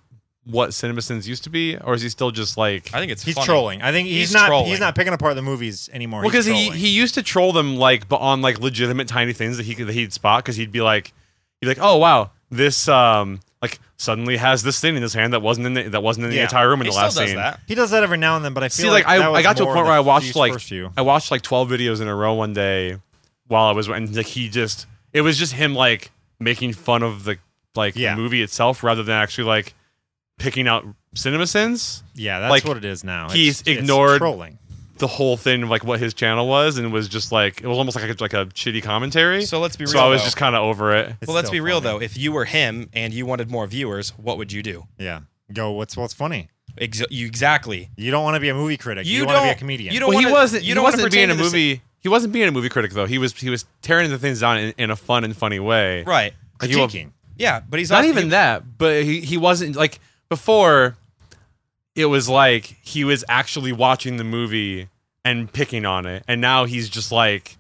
S3: what CinemaSins used to be, or is he still just like?
S1: I think it's
S2: He's
S1: funny.
S2: trolling. I think he's,
S1: He's
S2: not.
S1: trolling.
S2: He's not picking apart the movies anymore.
S3: Well, because
S2: He's
S3: he,
S2: trolling.
S3: he used to troll them like, but on like legitimate tiny things that he could that he'd spot because he'd be like, he'd be like, oh wow, this um like suddenly has this thing in his hand that wasn't in the, that wasn't in the
S2: Yeah.
S3: entire room in
S1: He
S3: the
S1: still
S3: last
S1: does
S3: scene.
S1: that.
S2: He does that every now and then, but I feel
S3: See, like,
S2: that
S3: I,
S2: was
S3: I got to a
S2: more
S3: point
S2: the
S3: where I
S2: few-
S3: watched like
S2: first few.
S3: I watched like twelve videos in a row one day while I was and like he just it was just him like making fun of the like
S2: Yeah.
S3: movie itself rather than actually like picking out CinemaSins
S2: Yeah, that's
S3: like,
S2: what it is now.
S3: he's
S2: It's- it's
S3: ignored-
S2: trolling.
S3: the whole thing of like what his channel was and was just like it was almost like a, like a shitty commentary.
S1: So let's be real.
S3: So I was
S1: though.
S3: just kind of over it.
S2: It's
S1: well, let's
S2: still
S1: be real
S2: funny.
S1: though. If you were him and you wanted more viewers, what would you do?
S2: Yeah. Go. What's what's funny?
S1: Ex- you exactly.
S2: You don't want to be a movie critic. You,
S1: You
S2: want to be a
S1: don't-
S2: comedian.
S1: you don't-
S3: Well, he
S1: wanna-
S3: wasn't.
S1: you
S3: he
S1: don't wanna
S3: wasn't being
S1: pretend
S3: a
S1: to the sa-
S3: movie. He wasn't being a movie critic though. He was he was tearing the things down in, in a fun and funny way.
S1: Right.
S3: Like, you-
S2: critiquing.
S1: Yeah, but he's
S3: not
S1: also-
S3: even
S1: he-
S3: that, but he, he wasn't like before. It was like he was actually watching the movie and picking on it, and now he's just like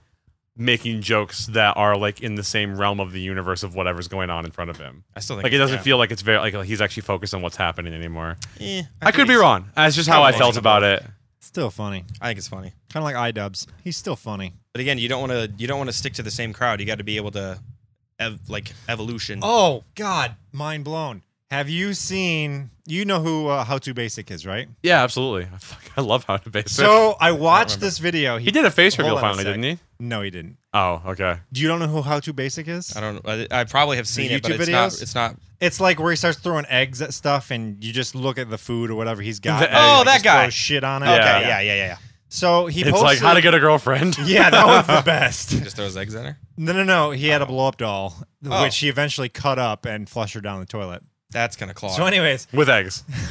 S3: making jokes that are like in the same realm of the universe of whatever's going on in front of him.
S1: I still think
S3: Like it doesn't feel like it's very like he's actually focused on what's happening anymore.
S1: Eh,
S3: I, could be
S1: it's-
S3: wrong. That's just how I felt
S1: Combination of
S3: about it.
S2: Still funny.
S1: I think it's funny,
S2: Kind of like iDubbbz. He's still funny.
S1: but again, you don't want to. You don't want to stick to the same crowd. You got to be able to, ev- like evolution.
S2: Oh God, mind blown. Have you seen? You know who uh, How to Basic is, right?
S3: Yeah, absolutely. [LAUGHS] I, fuck, I love how to base it.
S2: So I watched this video.
S3: he did a face
S2: Hold on
S3: reveal
S2: a
S3: finally,
S2: sec.
S3: didn't he?
S2: No, he didn't.
S3: Oh, okay.
S2: Do you don't know who How to Basic is?
S1: I don't. I, I probably have seen it, but
S2: YouTube
S1: it's not.
S2: videos?
S1: It's not.
S2: It's like where he starts throwing eggs at stuff, and you just look at the food or whatever he's got.
S3: The
S2: and, like,
S1: egg. Oh, that
S2: just
S1: guy.
S2: throw shit on it.
S1: Okay.
S3: Yeah.
S1: Yeah. Yeah. Yeah. Yeah.
S2: So he
S3: It's
S2: posted.
S3: like how to get a girlfriend.
S2: [LAUGHS] yeah, that was
S3: [LAUGHS]
S2: the best.
S1: Just throws eggs in her.
S2: No, no, no. He had a blow up doll,
S1: Oh.
S2: which he eventually cut up and flushed her down the toilet.
S1: That's gonna claw.
S2: [LAUGHS] So, anyways,
S3: with eggs.
S2: [LAUGHS]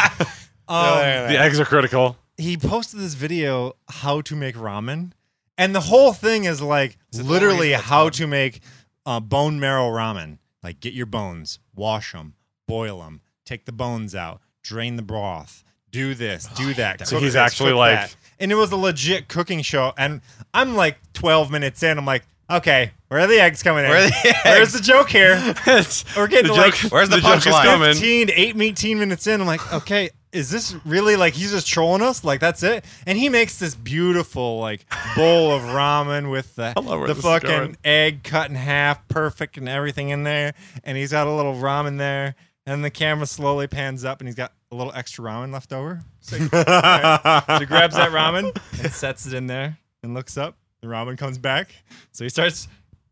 S2: um,
S3: The eggs are critical.
S2: he posted this video how to make ramen, and the whole thing is like
S1: it the one where
S2: literally
S1: he's got
S2: how
S1: time?
S2: to make uh, bone marrow ramen. Like, get your bones, wash them, boil them, take the bones out, drain the broth, do this, do that.
S3: So
S2: cook
S3: he's
S2: this,
S3: actually
S2: cook
S3: like-
S2: that. and it was a legit cooking show. And I'm like 12 minutes in, I'm like, okay, where are the eggs coming in?
S1: Where are the
S2: Where's the joke here? We're
S3: We're
S2: getting to, like,
S1: where's the
S3: joke is
S1: punchline?
S3: coming.
S2: 15, 8, 18 minutes in, I'm like, okay, is this really like he's just trolling us? Like that's it? And he makes this beautiful like bowl of ramen with the,
S3: love where
S2: the
S3: this is
S2: fucking
S3: going.
S2: egg cut in half, perfect and everything in there. And he's got a little ramen there. And the camera slowly pans up and he's got a little extra ramen left over. So
S3: [LAUGHS]
S2: he, so he grabs that ramen and sets it in there and looks up. The ramen comes back. So he starts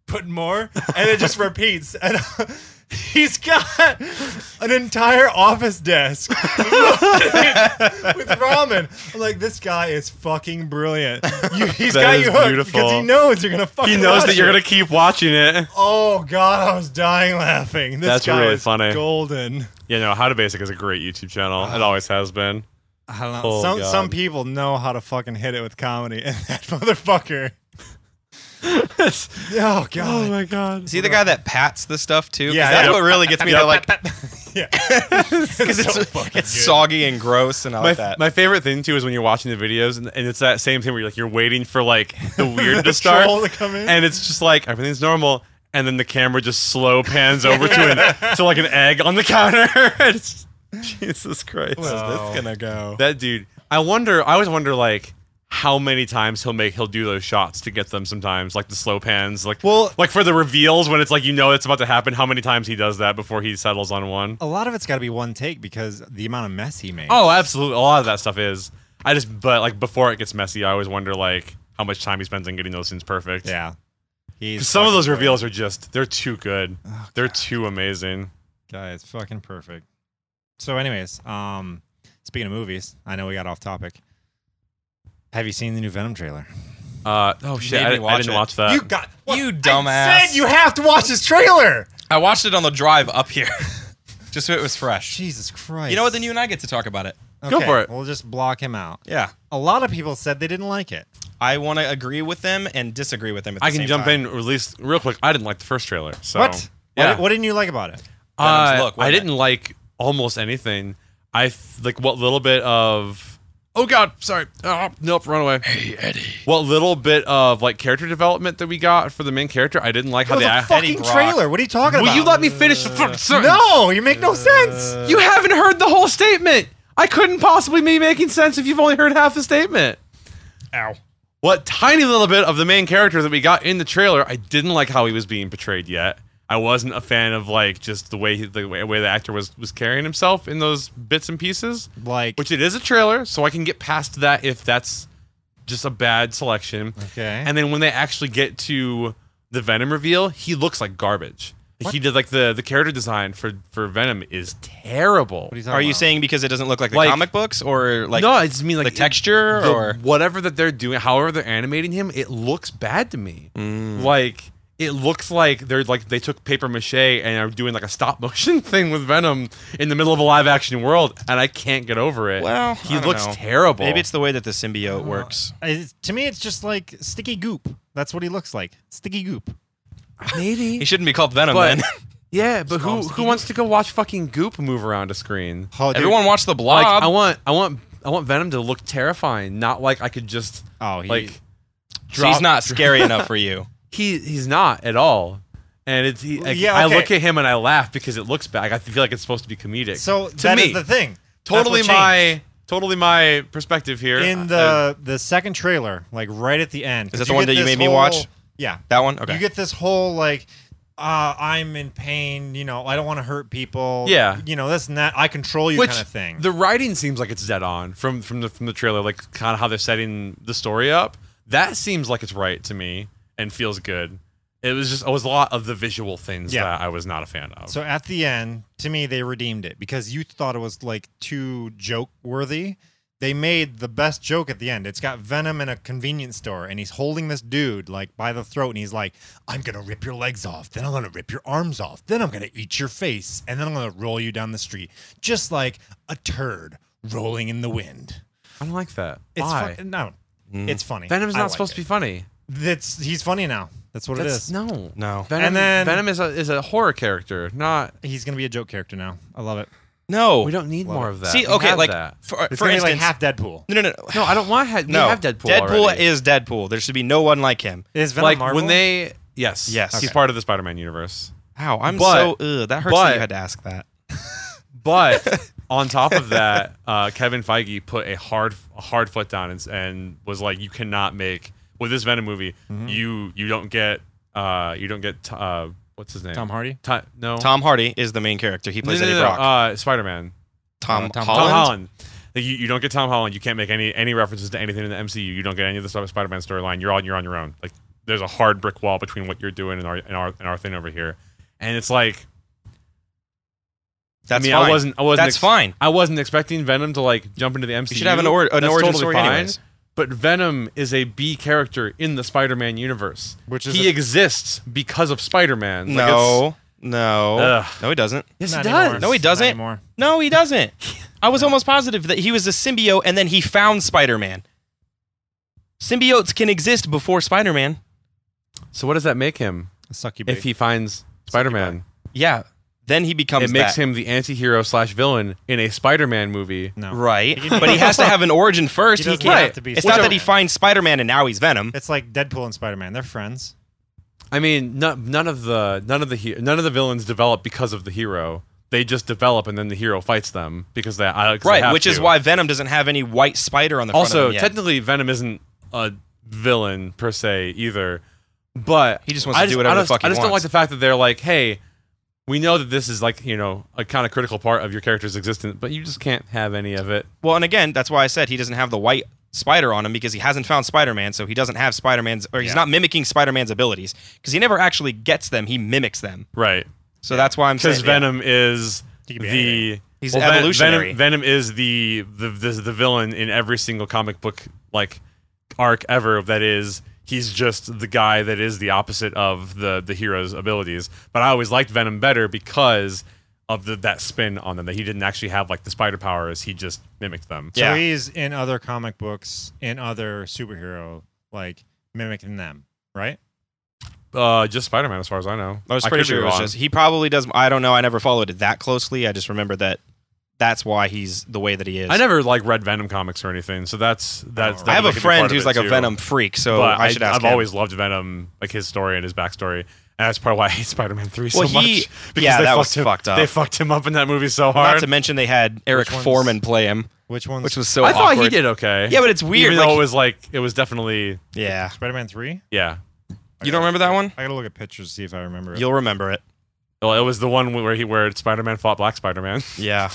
S2: putting more, and it just repeats. And [LAUGHS] he's got an entire office desk [LAUGHS] with ramen. I'm like, this guy is fucking brilliant.
S3: [LAUGHS]
S2: You, he's
S3: That
S2: got
S3: is
S2: you hooked because
S3: beautiful.
S2: he knows you're gonna fucking.
S3: He knows
S2: watch
S3: that you're
S2: it.
S3: gonna keep watching it.
S2: Oh god, I was dying laughing. This
S3: That's
S2: guy
S3: really
S2: is
S3: funny.
S2: Golden.
S3: You know, How to Basic is a great YouTube channel. It always has been.
S2: I don't know.
S3: Oh,
S2: some
S3: God.
S2: some people know how to fucking hit it with comedy, and [LAUGHS] that
S3: [LAUGHS]
S2: motherfucker. Oh god.
S3: my god.
S1: Is he the guy that pats the stuff too? 'Cause
S2: Yeah,
S1: that's
S2: yeah.
S1: what really gets me.
S3: Yeah.
S1: They're like,
S2: yeah.
S1: [LAUGHS] because it's, it's soggy and gross and all
S3: My,
S1: that.
S3: my favorite thing too is when you're watching the videos and, and it's that same thing where you're like you're waiting for like
S2: [LAUGHS]
S3: the weird to start
S2: troll to come in.
S3: and it's just like everything's normal and then the camera just slow pans over to
S2: [LAUGHS]
S3: an, to like an egg on the counter. [LAUGHS] it's, [LAUGHS] Jesus Christ.
S2: this gonna go?
S3: That dude. I wonder. I always wonder like how many times he'll make he'll do those shots to get them. Sometimes like the slow pans, like
S2: Well-
S3: like for the reveals when it's like you know it's about to happen. How many times he does that before he settles on one?
S2: A lot of it's got to be one take because the amount of mess he made.
S3: Oh, absolutely. A lot of that stuff is. I just but like before it gets messy, I always wonder like how much time he spends on getting those things perfect.
S2: yeah. He's
S3: Some of
S2: fucking
S3: those
S2: great.
S3: reveals are just they're too good. they're too amazing.
S2: Guy, it's fucking perfect. So, anyways, um, speaking of movies, I know we got off topic. Have you seen the new Venom trailer?
S3: Uh oh shit!
S1: made
S3: I,
S1: me
S3: di- I
S1: watch
S3: didn't
S1: it.
S3: watch that.
S2: got
S1: you
S2: I
S1: dumbass.
S2: said you have to watch this trailer.
S1: I watched it on the drive up here, [LAUGHS] just so it was fresh.
S2: Jesus Christ!
S1: You know what? Then you and I get to talk about it.
S3: Go for it.
S2: We'll just block him out.
S1: Yeah.
S2: A lot of people said they didn't like it.
S1: I want to agree with them and disagree with them at the
S3: I can
S1: same
S3: jump
S1: time.
S3: in at least real quick. I didn't like the first trailer. So
S2: What?
S3: Yeah.
S2: What, what didn't you like about it?
S3: Uh,
S1: Venom's look,
S3: I
S1: wasn't it?
S3: didn't like almost anything. I f- like what little bit of oh god, sorry, oh, nope, run away. Hey Eddie. What little bit of like character development that we got for the main character? I didn't like how
S2: It was
S3: they.
S2: a
S3: act-
S2: fucking trailer. What are you talking
S3: Will
S2: about?
S3: you let me Uh, finish the fucking sentence?
S2: No, you make no sense.
S3: You haven't heard the whole statement. I couldn't possibly be making sense if you've only heard half the statement.
S1: Ow.
S3: What tiny little bit of the main character that we got in the trailer, I didn't like how he was being portrayed yet. I wasn't a fan of like just the way he, the way, way the actor was was carrying himself in those bits and pieces.
S2: like,
S3: Which it is a trailer, so I can get past that if that's just a bad selection.
S2: okay.
S3: And then when they actually get to the Venom reveal, he looks like garbage. He did like the the character design for for Venom is terrible.
S2: what you talking
S1: Are you
S2: about?
S1: saying because it doesn't look like the
S3: Like-
S1: comic books or like
S3: no, I just mean like
S1: the
S3: it-
S1: texture
S3: the-
S1: or
S3: whatever that they're doing, however they're animating him, it looks bad to me.
S1: Mm.
S3: Like it looks like they're like they took paper mache and are doing like a stop motion [LAUGHS] thing with Venom in the middle of a live action world, and I can't get over it.
S1: Well,
S3: he
S1: I don't
S3: looks
S1: know.
S3: terrible.
S1: maybe it's the way that the
S3: Uh,
S1: symbiote works.
S2: It's- to me, it's just like sticky goop. That's what he looks like. Sticky goop.
S3: [LAUGHS]
S1: He [LAUGHS]
S3: maybe,
S1: shouldn't be called Venom
S3: but [LAUGHS]
S1: then.
S3: yeah, but who
S2: Stomps.
S3: who wants to go watch fucking Goop move around a screen?
S2: Oh, dude.
S1: Everyone watch the
S3: Like
S1: blob.
S3: I want I want I want Venom to look terrifying, not like I could just
S2: Oh, he,
S3: like.
S1: He's not scary enough
S3: [LAUGHS]
S1: for you.
S3: he he's not at all. And it's he, like,
S2: Yeah,
S3: I
S2: okay.
S3: look at him and I laugh because it looks bad. I feel like it's supposed to be comedic.
S2: So that
S3: to
S2: is
S3: me,
S2: the thing. That's
S3: totally
S2: what
S3: my totally my perspective here. Uh,
S2: changed. in the the second trailer, like right at the end.
S1: Uh, Is that
S2: 'Cause
S1: the one
S2: get
S1: that you
S2: this
S1: made me watch?
S2: whole- Yeah.
S1: That one? Okay.
S2: You get this whole like, uh, I'm in pain. You know, I don't want to hurt people.
S3: Yeah.
S2: You know, this and that. I control you
S3: which
S2: kind of thing.
S3: the writing seems like it's dead on from from the from the trailer, like kind of how they're setting the story up. That seems like it's right to me and feels good. It was just it was a lot of the visual things
S2: Yeah.
S3: that I was not a fan of.
S2: So at the end, to me, they redeemed it because you thought it was like too joke worthy. They made the best joke at the end. It's got Venom in a convenience store, and he's holding this dude like by the throat, and he's like, "I'm gonna rip your legs off, then I'm gonna rip your arms off, then I'm gonna eat your face, and then I'm gonna roll you down the street, just like a turd rolling in the wind."
S3: I don't like that.
S2: It's
S3: Why? Mm.
S2: fun- no, it's funny.
S3: Venom's not supposed to be funny.
S2: be. That's he's funny now. That's what it
S3: That's
S2: is.
S3: no.
S1: No.
S3: Venom,
S2: And then-
S3: Venom is a is a horror character, not
S2: He's gonna be a joke character now. I love it.
S1: No.
S3: We don't need
S2: Love
S3: more
S2: it.
S3: of that.
S1: See,
S3: We
S1: okay,
S3: have
S1: like
S3: that.
S1: for,
S2: It's
S1: for
S2: gonna be like
S1: instance,
S2: half Deadpool.
S1: no, no, no,
S3: [SIGHS] no, I don't want. Ha-
S1: no.
S3: We have Deadpool.
S1: Deadpool
S3: already.
S1: is Deadpool. There should be no one like him.
S2: Is Venom
S3: like
S2: Marvel?
S3: when they. Yes,
S1: Yes.
S3: he's
S1: Okay.
S3: part of the Spider-Man universe.
S1: Wow, I'm
S3: But-
S1: so ugh, that hurts.
S3: but-
S1: that you had to ask that. [LAUGHS]
S3: But on top of that, uh, Kevin Feige put a hard, a hard foot down and, s- and was like, "You cannot make with this Venom movie.
S1: Mm-hmm.
S3: You you don't get uh, you don't get t- uh, what's his name?
S2: Tom Hardy.
S3: Ti- no.
S1: Tom Hardy is the main character. He
S3: No,
S1: plays
S3: no, no,
S1: Eddie
S3: no,
S1: Brock.
S3: Uh, Spider-Man.
S1: Tom,
S2: uh, Tom
S1: Holland.
S3: Tom Holland. Like, You, you don't get Tom Holland. You can't make any any references to anything in the MCU. You don't get any of the Sp- Spider-Man storyline. You're on you're on your own. Like there's a hard brick wall between what you're doing and our and our, and our thing over here. And it's like
S1: That's
S3: I mean
S1: fine.
S3: I wasn't I wasn't
S1: That's
S3: ex-
S1: fine.
S3: I wasn't expecting Venom to like jump into the MCU.
S1: You should have an, or- an
S3: That's
S1: origin
S3: totally
S1: story,
S3: fine.
S1: anyways.
S3: But Venom is a B character in the Spider-Man universe.
S2: Which is
S3: he
S2: a-
S3: exists because of Spider-Man. Like,
S1: No,
S3: it's-
S1: no,
S3: Ugh.
S1: no, he doesn't.
S3: yes,
S2: Not
S3: he
S2: anymore.
S3: does.
S1: No, he
S2: Not
S1: doesn't.
S2: anymore.
S1: No, he doesn't. I was almost positive that he was a symbiote, and then he found Spider-Man. Symbiotes can exist before Spider-Man.
S3: So what does that make him
S2: A succubate.
S3: if he finds Spider-Man?
S1: Yeah, then he becomes.
S3: it makes
S1: that.
S3: him the anti-hero slash villain in a Spider-Man movie.
S2: no. [LAUGHS]
S1: right, but he has to have an origin first.
S2: He
S1: He,
S2: doesn't
S1: can't.
S2: have to be
S1: it's not that he
S2: Spider-Man.
S1: finds Spider-Man and now he's Venom.
S2: It's like Deadpool and Spider Man. They're friends.
S3: I mean, no, none of the none of the he- none of the villains develop because of the hero. They just develop, and then the hero fights them because they I, 'cause they
S1: Right,
S3: have
S1: which is
S3: to.
S1: why Venom doesn't have any white spider on the front
S3: Also,
S1: of him yet.
S3: technically, Venom isn't a villain per se either, but
S1: He just wants
S3: I
S1: to do whatever
S3: I
S1: the
S3: just,
S1: fuck he
S3: I just don't like
S1: wants.
S3: the fact that they're like, hey, we know that this is like you know a kind of critical part of your character's existence, but you just can't have any of it.
S1: Well, and again, that's why I said he doesn't have the white spider on him because he hasn't found Spider-Man, so he doesn't have Spider-Man's or he's
S2: Yeah.
S1: not mimicking Spider-Man's abilities because he never actually gets them; he mimics them.
S3: Right.
S1: So that's why I'm
S3: because
S1: saying
S3: Venom is
S2: He can be
S3: the
S1: He's
S3: Ven-
S1: evolutionary.
S3: Venom, Venom is the, the the the villain in every single comic book like arc ever. That is, he's just the guy that is the opposite of the the hero's abilities. But I always liked Venom better because of the, that spin on them that he didn't actually have like the spider powers. He just mimicked them.
S1: Yeah.
S2: So he's in other comic books, in other superhero, like mimicking them, right?
S3: Uh, just Spider Man, as far as I know.
S1: I was
S3: could
S1: pretty
S3: be
S1: sure it was
S3: wrong.
S1: just he probably does. I don't know. I never followed it that closely. I just remember that that's why he's the way that he is.
S3: I never like read Venom comics or anything, so that's that's.
S1: I have
S3: definitely
S1: a
S3: could be
S1: friend
S3: part of
S1: who's
S3: it,
S1: like a
S3: too.
S1: Venom freak, so
S3: But
S1: I should ask.
S3: I've
S1: him.
S3: always loved Venom, like his story and his backstory, and that's probably why I hate Spider Man Three
S1: Well,
S3: so
S1: he-
S3: much. Because
S1: yeah,
S3: they
S1: that
S3: fucked
S1: was
S3: him,
S1: fucked up.
S3: They fucked him up in that movie so
S1: Not
S3: hard.
S1: to mention they had Eric
S2: Which one's-
S1: Foreman play him,
S2: Which one's
S1: which was so
S3: I thought
S1: awkward.
S3: he did okay.
S1: Yeah, but it's weird.
S3: Even
S1: like-
S3: though it was like it was definitely
S1: yeah,
S2: Spider-Man Three?
S3: yeah.
S1: you don't remember that one?
S2: I gotta look at pictures to see if I remember. it.
S1: You'll remember it.
S3: Well, it was the one where he where Spider Man fought Black Spider Man.
S1: Yeah.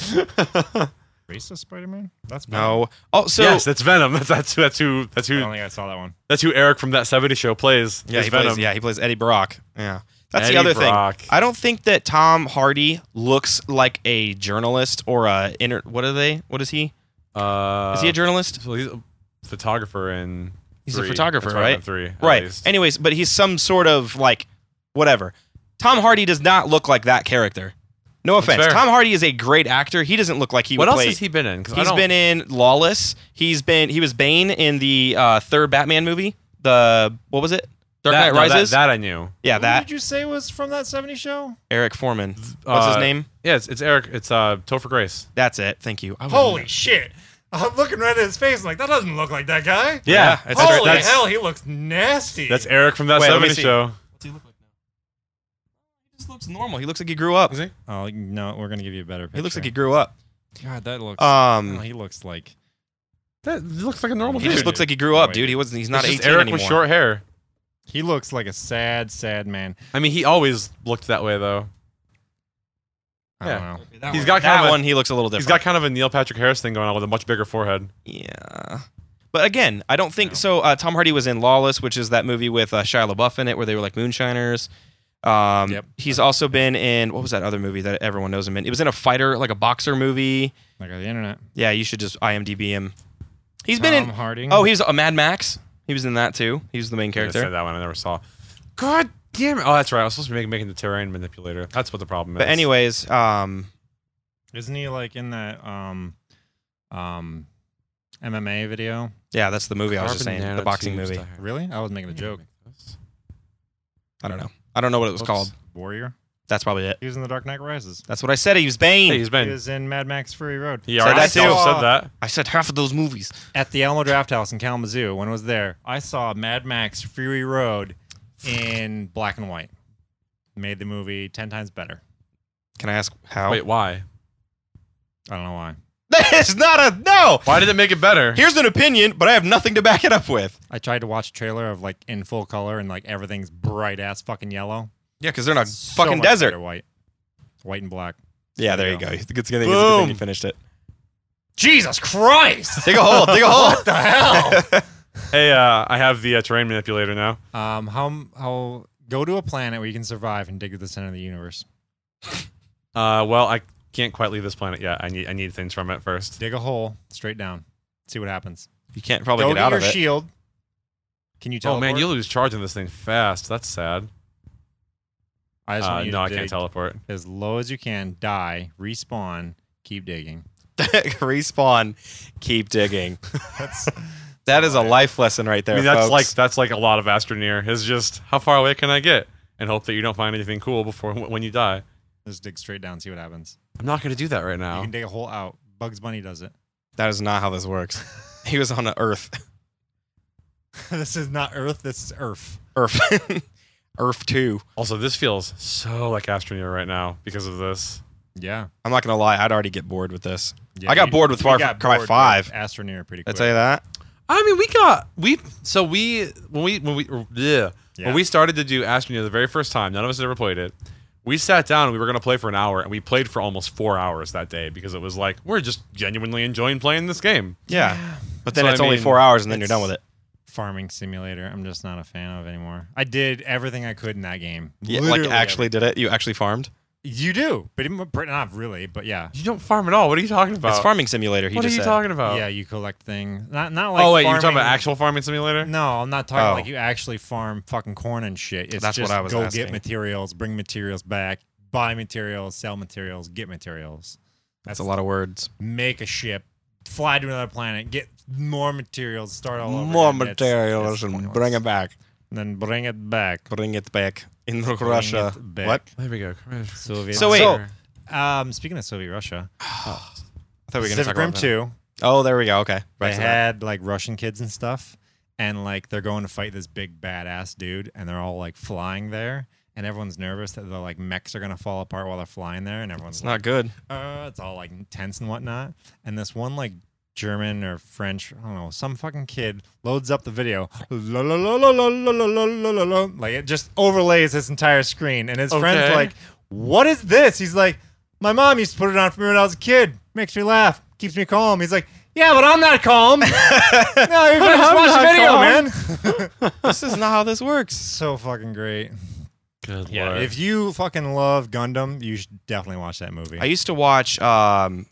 S2: racist Spider-Man? That's
S1: No. Oh, so
S3: yes, that's Venom. That's that's who that's who that's
S2: I
S3: who
S2: don't think I saw that one.
S3: that's who Eric from that '70s show plays.
S1: yeah,
S3: is
S1: he
S3: Venom.
S1: plays, yeah, he plays Eddie Brock. Yeah. That's
S3: Eddie
S1: the other
S3: Brock.
S1: thing. I don't think that Tom Hardy looks like a journalist or a inter. What are they? What is he?
S3: Uh,
S1: Is he a journalist?
S3: so he's a photographer in.
S1: He's a
S3: three.
S1: photographer,
S3: That's why I
S1: right?
S3: went Three, at
S1: Right.
S3: least.
S1: Anyways, but he's some sort of like whatever. Tom Hardy does not look like that character. No
S3: That's
S1: offense.
S3: fair.
S1: Tom Hardy is a great actor. He doesn't look like he
S3: what
S1: would
S3: else
S1: play.
S3: has he been in? 'Cause I
S1: He's
S3: don't-
S1: been in Lawless. He's been he was Bane in the uh, third Batman movie. The what was it? Dark
S3: that,
S1: Knight
S3: no, that-
S1: Rises.
S3: that, I knew.
S1: yeah,
S2: Who
S1: that
S2: did you say was from that 70s show?
S1: Eric Foreman. What's
S3: Uh,
S1: his name?
S3: Yeah, it's, it's Eric. It's uh, Topher Grace.
S1: That's it. Thank you. I wouldn't
S2: Holy shit! I'm looking right at his face. I'm like that doesn't look like that guy.
S1: Yeah,
S3: that's,
S1: that's-
S2: Holy
S3: that's,
S2: hell, he looks nasty.
S3: that's Eric from that
S1: Wait, let me
S3: 70s
S1: see.
S3: show.
S1: What's he look like now? He just looks normal. He looks like he grew up.
S3: Is he?
S2: Oh no, we're gonna give you a better picture.
S1: He looks like he grew up.
S2: God, that looks. no,
S1: Um,
S2: he looks like.
S3: That looks like a normal Oh,
S1: he
S3: dude.
S1: just looks like he grew up, dude. He wasn't. He's not
S3: It's just
S1: 18
S3: Eric
S1: anymore.
S3: with short hair.
S2: He looks like a sad, sad man.
S3: I mean, he always looked that way though.
S2: I
S3: Yeah.
S2: don't know.
S3: He's got kind
S1: that
S3: of a-
S1: one. He looks a little
S3: He's
S1: different.
S3: got kind of a Neil Patrick Harris thing going on with a much bigger forehead.
S1: yeah. But again, I don't think so. Uh, Tom Hardy was in Lawless, which is that movie with uh, Shia LaBeouf in it, where they were like moonshiners. Um,
S2: Yep.
S1: He's also been in what was that other movie that everyone knows him in? It was in a fighter, like a boxer movie.
S2: Like on the internet.
S1: Yeah, you should just IMDb him. He's been
S2: Tom
S1: in.
S2: Harding.
S1: Oh, he was a Mad Max. He was in that too. He was the main
S3: I said
S1: character.
S3: that one I never saw. God damn it! Oh, that's right. I was supposed to be making, making the terrain manipulator. That's what the problem is.
S1: But anyways, um,
S2: Isn't he like in that um, um, MMA video?
S1: yeah, that's the movie I was just
S3: Carbon
S1: saying, the boxing
S3: nanotubes
S1: movie.
S3: to-
S2: Really? I was making a joke.
S1: I don't know. I don't know what it was
S3: Whoops.
S1: called.
S2: Warrior.
S1: That's probably it.
S2: He was in The Dark Knight Rises.
S1: That's what I said. He was Bane.
S3: Hey, he's
S2: He
S3: been.
S2: was in Mad Max Fury Road.
S3: He already
S1: that
S3: said
S1: too.
S3: said that.
S1: I said half of those movies.
S2: At the Alamo Draft House in Kalamazoo, when I was there, I saw Mad Max Fury Road in black and white. Made the movie ten times better.
S1: Can I ask how?
S3: Wait, why?
S2: I don't know why.
S1: [LAUGHS] that is not a no.
S3: Why did it make it better?
S1: Here's an opinion, but I have nothing to back it up with.
S2: I tried to watch a trailer of like in full color and like everything's bright ass fucking yellow.
S1: Yeah, because they're not
S2: So
S1: fucking
S2: much
S1: desert.
S2: better White, white and black.
S1: Yeah, there you go.
S2: There
S1: It's a good thing it's a good thing you
S3: Boom.
S1: finished it.
S2: Jesus [LAUGHS] Christ!
S1: Dig a hole. Dig a hole.
S2: what the hell?
S3: Hey, uh, I have the uh, terrain manipulator now.
S2: [LAUGHS] Um, how how go to a planet where you can survive and dig to the center of the universe.
S3: Uh, well, I can't quite leave this planet yet. I need I need things from it first.
S2: Dig a hole straight down. See what happens.
S1: [LAUGHS] You can't probably
S2: go
S1: get out
S2: your
S1: of it.
S2: shield. Can you
S3: Oh
S2: teleport?
S3: man, you lose charge on this thing fast. That's sad.
S2: I just
S3: Uh,
S2: want you
S3: no,
S2: to
S3: I can't
S2: dig
S3: teleport.
S2: As low as you can, die, respawn, keep digging.
S1: [LAUGHS] Respawn. Keep digging.
S2: That's
S1: That is a life lesson right there.
S3: I mean, that's
S1: folks.
S3: like that's like a lot of Astroneer. Is just how far away can I get, and hope that you don't find anything cool before when you die.
S2: just dig straight down, see what happens.
S3: I'm not gonna do that right
S2: You
S3: now.
S2: can dig a hole out. Bugs Bunny does it. [LAUGHS]
S1: that is not how this works. [LAUGHS] He was on the Earth. [LAUGHS]
S2: this is not Earth. This is Earth.
S1: Earth. [LAUGHS] Earth two.
S3: Also, this feels so like Astroneer right now because of this.
S2: Yeah.
S1: I'm not gonna lie. I'd already get bored with this.
S2: Yeah,
S1: I got
S2: you-
S1: bored with
S2: you
S1: Far
S2: got
S1: Cry
S2: bored with
S1: Five.
S2: Astroneer pretty
S1: I
S2: quick.
S1: tell you that.
S3: I mean, we got we so we when we when we yeah.
S2: Yeah.
S3: when we started to do Astroneer the very first time, none of us had ever played it. We sat down and we were gonna play for an hour, and we played for almost four hours that day because it was like we're just genuinely enjoying playing this game.
S1: Yeah. But then
S3: So,
S1: it's
S3: I
S1: only
S3: mean,
S1: four hours, and then you're
S2: it's-
S1: done with it.
S2: [SIGHS] Farming simulator. I'm just not a fan of anymore. I did everything I could in that game.
S1: Yeah, like
S2: Literally
S1: actually did it? You actually farmed?
S2: You do, but it- but not really. But yeah,
S3: You don't farm at all. What are you talking about?
S1: It's farming simulator. He
S3: what are
S1: just
S3: you
S1: said.
S3: talking about?
S2: yeah, you collect things. Not not like.
S3: oh wait, you're talking
S2: farming-
S3: about actual farming simulator?
S2: No, I'm not talking
S1: Oh.
S2: like you actually farm fucking corn and shit. It's
S1: That's what
S2: just
S1: I was
S2: go
S1: asking.
S2: get materials, bring materials back, buy materials, sell materials, get materials.
S1: That's a lot of words.
S2: Make a ship, fly to another planet, get more materials, start all over.
S1: More
S2: again. It's-
S1: materials
S2: it's
S1: and
S2: pointless.
S1: bring it back.
S2: Then bring it back.
S1: Bring it back. In Russia.
S2: it back.
S1: What?
S3: There we go.
S2: Soviet.
S1: So wait.
S2: um, speaking of Soviet Russia,
S1: I thought we were going to
S2: Pacific
S1: talk
S2: Rim
S1: about that.
S2: Two.
S1: Oh, there we go. Okay. Back
S2: they
S1: to that.
S2: had like Russian kids and stuff, and like they're going to fight this big badass dude, and they're all like flying there, and everyone's nervous that the like mechs are gonna fall apart while they're flying there, and everyone's
S1: It's
S2: like, [LAUGHS]
S1: not good.
S2: uh, it's all like tense and whatnot. And this one like German or French, I don't know, some fucking kid loads up the video, la, la, la, la, la, la, la, la, la, la, la. like it just overlays his entire screen. And his friend's
S3: Okay.
S2: like, "What is this?" He's like, "My mom used to put it on for me when I was a kid. Makes me laugh, keeps me calm." He's like, "Yeah, but I'm not
S3: [LAUGHS]
S2: calm. no, you're just
S3: I'm
S2: watch the
S3: not
S2: video,
S3: calm." [LAUGHS]
S2: man."
S1: this is not how this works.
S2: so fucking great.
S3: Good
S2: Yeah, if you fucking love Gundam, you should definitely watch that movie.
S1: I used to watch um,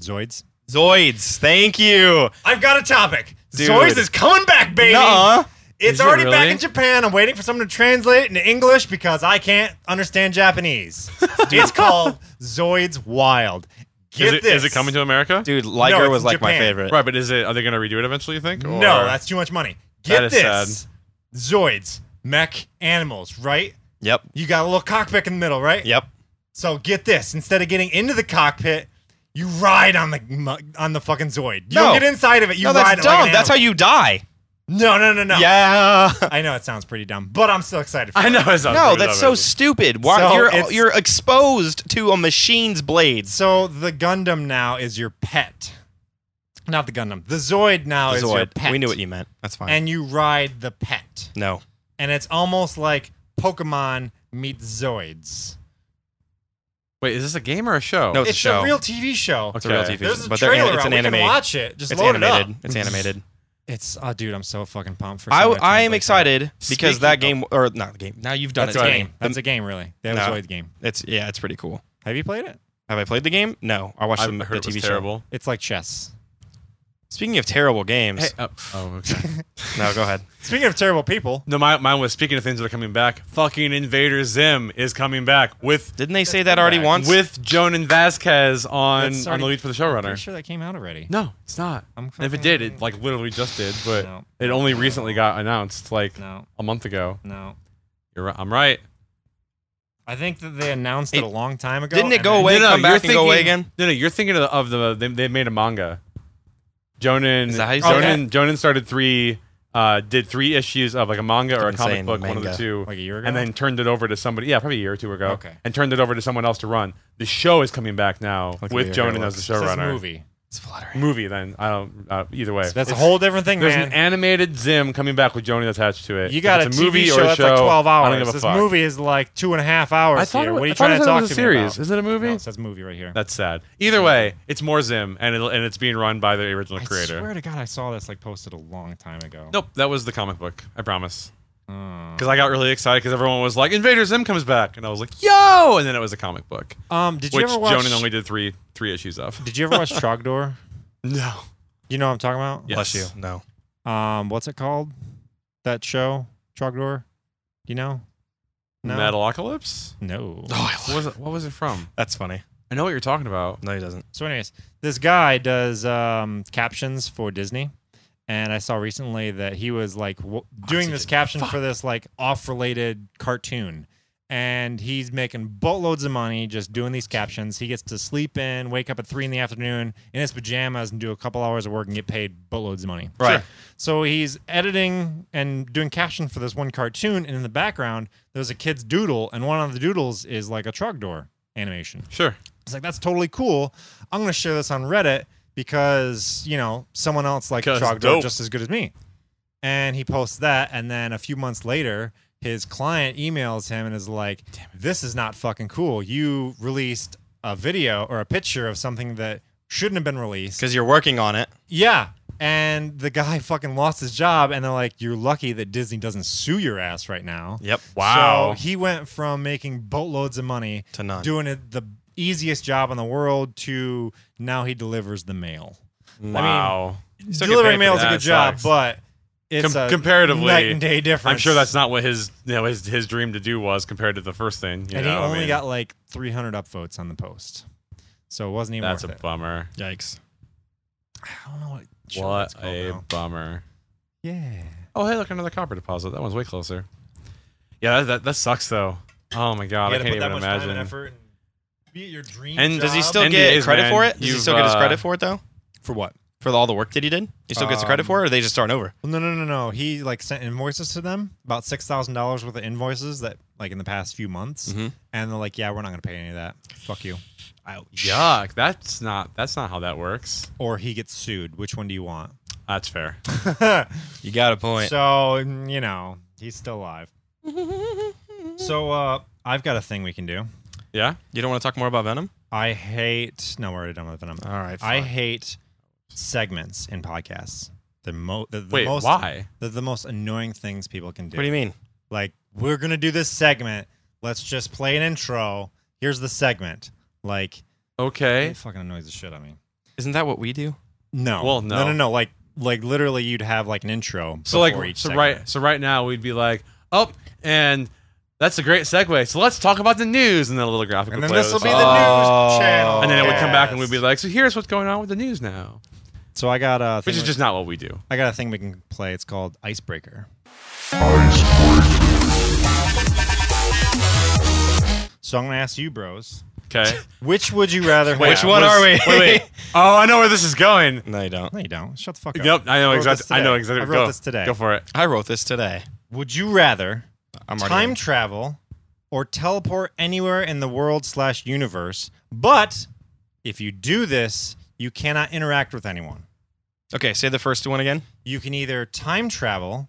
S2: Zoids.
S1: Zoids. Thank you.
S2: I've got a topic.
S1: Dude.
S2: Zoids is coming back, baby.
S1: Nuh-uh.
S2: It's
S3: Is it
S2: already back
S3: really?
S2: in Japan. I'm waiting for someone to translate it into English because I can't understand
S3: [LAUGHS]
S2: Japanese. it's called Zoids Wild.
S3: is,
S2: Get
S3: it,
S2: this.
S3: is it coming to America?
S1: Dude, Liger
S2: it's
S1: was
S2: in
S1: like my
S2: Japan.
S1: favorite.
S3: Right, but is it? Are they going to redo it eventually? You think?
S2: No,
S3: Or-
S2: that's too much money. Get
S3: That is
S2: this. Zoids, mech animals, right?
S1: Yep.
S2: You got a little cockpit in the middle, right?
S1: Yep.
S2: So get this. Instead of getting into the cockpit, you ride on the mu- on the fucking Zoid. You
S1: No.
S2: don't get inside of it. You
S1: No,
S2: ride
S1: that's
S2: Like
S1: dumb.
S2: an
S1: that's how
S2: animal.
S1: you die.
S2: No, no, no, no. [LAUGHS]
S1: Yeah.
S2: I know it sounds pretty dumb, but I'm still excited. For
S3: [LAUGHS] I
S2: it.
S3: know. It's not
S1: No,
S3: pretty
S1: that's
S3: dumb,
S1: so
S3: is it?
S1: stupid. Why
S2: So
S1: you're
S2: it's-
S1: you're exposed to a machine's blades?
S2: So the Gundam now is your pet. Not the Gundam. The Zoid now is Oh, your pet.
S1: We knew what you meant. That's fine.
S2: And you ride the pet.
S1: no.
S2: And it's almost like Pokemon meets Zoids.
S3: Wait, is this a game or a show?
S1: No, it's,
S2: It's,
S1: a
S2: a,
S1: show.
S2: real TV show.
S1: It's a real
S3: Okay.
S1: TV
S2: There's
S1: show,
S2: a
S1: but they're
S2: trailer
S1: an- it's
S2: out.
S1: an
S2: We
S1: anime.
S2: can watch it. Just
S1: It's
S2: load
S1: animated.
S2: it up. Mm-hmm.
S1: It's animated.
S2: It's oh, dude, I'm so fucking pumped for.
S1: I
S2: somebody to
S1: I am
S2: translate
S1: excited because
S3: Speaking
S1: that game or not the game. uh, Now you've
S2: that.
S1: done
S2: That's
S1: it.
S2: a
S1: to
S2: game.
S1: me.
S2: That's a game, really. They have
S1: No.
S2: a Zoid game.
S1: It's yeah, it's pretty cool.
S2: Have you played it?
S1: Have I played the game? No, I watched
S3: I
S1: the, the
S3: heard it
S1: TV
S3: was
S1: show.
S3: terrible.
S2: It's like chess.
S1: Speaking of terrible games,
S3: Hey, oh, oh, okay. [LAUGHS]
S1: no, go ahead.
S2: [LAUGHS] Speaking of terrible people,
S3: no, my, mine was speaking of things that are coming back. Fucking Invader Zim is coming back with
S1: Didn't they say that already
S2: back.
S1: once?
S3: with Jonan Vasquez on
S2: That's
S3: on
S2: already-
S3: the lead for the
S2: I'm
S3: showrunner.
S2: sure that came out already.
S3: No, it's not.
S2: I'm
S3: And if it did, it like literally just did, but
S2: No.
S3: it only recently got announced like
S2: No,
S3: a month ago.
S2: no.
S3: You're right. I'm right.
S2: I think that they announced it,
S1: It-
S2: a long time ago.
S1: didn't it
S2: and
S1: go
S2: then-
S1: away, come
S3: you're
S1: back, and go away again?
S3: No, no, you're thinking of the, of the they, they made a manga. Jonan
S1: Is that how you say
S3: Jonan,
S1: it?
S3: Jonan started three uh, did three issues of like a manga or a
S1: I've been saying
S3: comic book, one of the
S1: manga.
S3: two.
S2: Like a year ago?
S3: And then turned it over to somebody yeah, probably a year or two ago.
S2: Okay.
S3: And turned it over to someone else to run. The show is coming back now
S1: Like a
S3: with
S1: year
S3: Jonan
S1: ago.
S3: as the
S2: It says
S3: showrunner.
S2: movie.
S1: It's fluttering.
S3: Movie then. I don't uh, either way.
S2: That's a whole different thing,
S3: There's
S2: man.
S3: an animated Zim coming back with Jonan attached to it.
S2: you got
S3: If
S2: a
S3: it's
S2: TV
S3: movie
S2: show
S3: or a
S2: that's
S3: show.
S2: like 12
S3: I
S2: hours.
S3: don't give a
S2: this
S3: fuck.
S2: movie is like two and a half hours.
S3: I thought
S2: here.
S3: it was,
S2: what are
S3: I
S2: you
S3: thought
S2: trying to
S3: it
S2: talk
S3: was a
S2: to me
S3: series.
S2: about?
S3: Is it a movie?
S2: No, it says movie right here.
S3: That's sad. Either way, it's more Zim, and it'll, and it's being run by the original
S2: I
S3: creator.
S2: swear to God, I saw this like posted a long time ago.
S3: Nope, that was the comic book. I promise.
S2: Uh,
S3: Because I got really excited because everyone was like, "Invader Zim comes back," and I was like, "Yo!" And then it was a comic book,
S2: um, did you
S3: which
S2: ever watch?
S3: Jonan only did three three issues of.
S2: Did you ever watch Trogdor?
S3: No.
S2: You know what I'm talking about?
S3: Yes.
S1: Bless you. No.
S2: Um, what's it called? That show, Trogdor. You know? No.
S3: Metalocalypse.
S2: No.
S3: What was it? What was it from?
S1: That's funny.
S3: I know what you're talking about.
S1: No, he doesn't.
S2: So, anyways, this guy does um, captions for Disney, and I saw recently that he was like w- doing this
S1: Oxygen.
S2: caption for this like off-related cartoon, and he's making boatloads of money just doing these captions. He gets to sleep in, wake up at three in the afternoon in his pajamas, and do a couple hours of work and get paid boatloads of money.
S1: Right.
S2: So he's editing and doing caption for this one cartoon, and in the background there's a kid's doodle, and one of the doodles is like a truck door animation.
S3: Sure.
S2: It's like that's totally cool. I'm gonna share this on Reddit because you know someone else like
S3: 'Cause
S2: Trogdor
S3: dope.
S2: just as good as me. And he posts that, and then a few months later, his client emails him and is like, "This is not fucking cool. You released a video or a picture of something that shouldn't have been released."
S1: Because you're working on it.
S2: Yeah. And the guy [LAUGHS] fucking lost his job, and they're like, "You're lucky that Disney doesn't sue your ass right now."
S1: Yep.
S2: So he went from making boatloads of money
S1: To none.
S2: doing it the easiest job in the world to now he delivers the mail.
S3: Wow.
S1: still get paid
S2: Delivering
S1: for
S2: mail is a
S3: that.
S2: good
S3: That
S2: job,
S3: sucks.
S2: but It's
S3: Com-
S2: a
S3: comparatively,
S2: night and day difference.
S3: I'm sure that's not what his you know his his dream to do was compared to the first thing. You
S2: and he
S3: know, I
S2: only
S3: mean,
S2: got like 300 upvotes on the post, so it wasn't even
S3: that's a
S2: worth it.
S3: bummer.
S1: Yikes.
S2: I don't know what. show it's
S3: What
S2: called
S3: a
S2: now.
S3: bummer.
S2: yeah.
S3: Oh hey, look another copper deposit. That one's way closer. Yeah, that that, that sucks though. Oh my god,
S2: You
S3: I
S2: gotta
S3: can't
S2: put that
S3: even
S2: much time
S3: imagine.
S2: and effort and be at your dream.
S3: And
S1: Does he
S2: job.
S1: still
S3: NDAs,
S1: get credit
S3: man.
S1: for it? Does he
S3: You've,
S1: still get his
S3: uh,
S1: credit for it though?
S2: for what?
S1: For all the work that he did, he still gets the credit
S2: Um,
S1: for it, or they just start over?
S2: Well, no, no, no, no. He like sent invoices to them about six thousand dollars worth of invoices that like in the past few months,
S3: Mm-hmm.
S1: Mhm.
S2: and they're like, "Yeah, we're not gonna pay any of that. Fuck you."
S3: Yuck. That's not that's not how that works.
S2: Or he gets sued. Which one do you want? [LAUGHS]
S3: That's fair.
S1: You got a point.
S2: So mm, you know he's still alive. so uh, I've got a thing we can do.
S3: Yeah.
S1: you don't want to talk more about Venom?
S2: I hate. No, we're already done with Venom.
S1: All right.
S2: I
S1: fine.
S2: hate segments in podcasts. The, mo- the, the
S3: Wait,
S2: most
S3: why?
S2: The, the most annoying things people can do.
S1: What do you mean?
S2: Like we're gonna do this segment. Let's just play an intro. Here's the segment. Like
S3: Okay.
S2: it fucking annoys the shit out of me.
S1: Isn't that what we do?
S2: No.
S3: Well,
S2: No.
S3: no.
S2: No. no. Like like literally, you'd have like an intro.
S3: So like
S2: before each
S3: so
S2: segment.
S3: right so right now we'd be like, oh, and that's a great segue. So let's talk about the news and then a little graphic.
S2: And then
S3: would play
S2: this will
S3: with
S2: be
S3: us.
S2: the news
S1: Oh.
S2: channel.
S3: and then it would come back and
S2: Yes.
S3: we'd be like, so here's what's going on with the news now.
S2: So I got a.
S3: Which
S2: thing
S3: is
S2: we-
S3: just not what we do.
S2: I got a thing we can play. It's called Icebreaker. So I'm gonna ask you, bros. [LAUGHS]
S3: Okay.
S2: Which would you rather?
S1: Which
S2: have?
S1: one
S3: What's-
S1: are we?
S2: [LAUGHS]
S3: Wait, wait. Oh, I know where this is going.
S1: No, you don't.
S2: No, you don't. Shut the fuck up.
S3: Yep, I know
S2: wrote
S3: exactly.
S2: this
S3: I know
S2: today.
S3: exactly.
S2: I wrote
S3: go.
S2: this today.
S3: Go for it.
S1: I wrote this today.
S2: Would you rather
S1: I'm already
S2: time
S1: in.
S2: travel or teleport anywhere in the world slash universe? But if you do this, you cannot interact with anyone.
S1: Okay, say the first one again.
S2: You can either time travel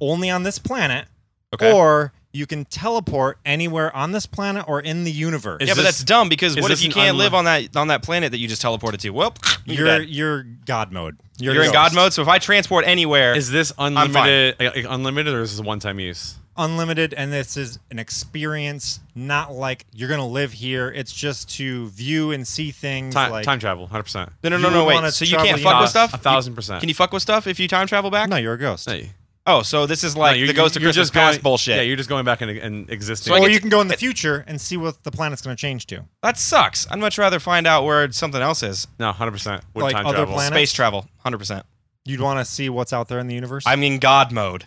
S2: only on this planet,
S1: Okay.
S2: or you can teleport anywhere on this planet or in the universe.
S3: Is
S1: yeah, but
S3: this-
S1: that's dumb because
S3: is
S1: what if
S3: this
S1: you
S3: an
S1: can't
S3: unli-
S1: live on that on that planet that you just teleported to? Well, [CLEARS THROAT] you're
S2: you're
S1: dead.
S2: you're God mode.
S1: you're, in God mode. So if I transport anywhere,
S3: Is this
S1: fine.
S3: unlimited? uh, like, like, unlimited, or is this one time use?
S2: unlimited and this is an experience not like you're gonna live here it's just to view and see things
S3: Time,
S2: like
S3: time travel, hundred percent. Uh,
S1: no, no, no,
S2: you
S1: no,
S2: would wanna
S1: wait. So you can't
S2: travel
S1: fuck
S2: your-
S1: with stuff.
S3: A thousand percent.
S1: Can you fuck with stuff if you time travel back?
S2: no you're a ghost
S3: Hey.
S1: Oh, so this is like
S3: No, you're-
S1: the Ghost of
S3: you're
S1: Christmas
S3: just
S1: Past
S3: going-
S1: bullshit.
S3: Yeah, you're just going back and, and existing.
S1: So I
S2: or
S1: get
S2: you
S1: to-
S2: can go in the future and see what the planet's gonna change to
S1: that sucks. I'd much rather find out where something else is.
S3: no, hundred percent. With
S2: Like
S3: time
S2: other
S3: travel,
S2: planets?
S1: Space travel, hundred percent.
S2: you'd want to see what's out there in the universe
S1: I'm in God mode.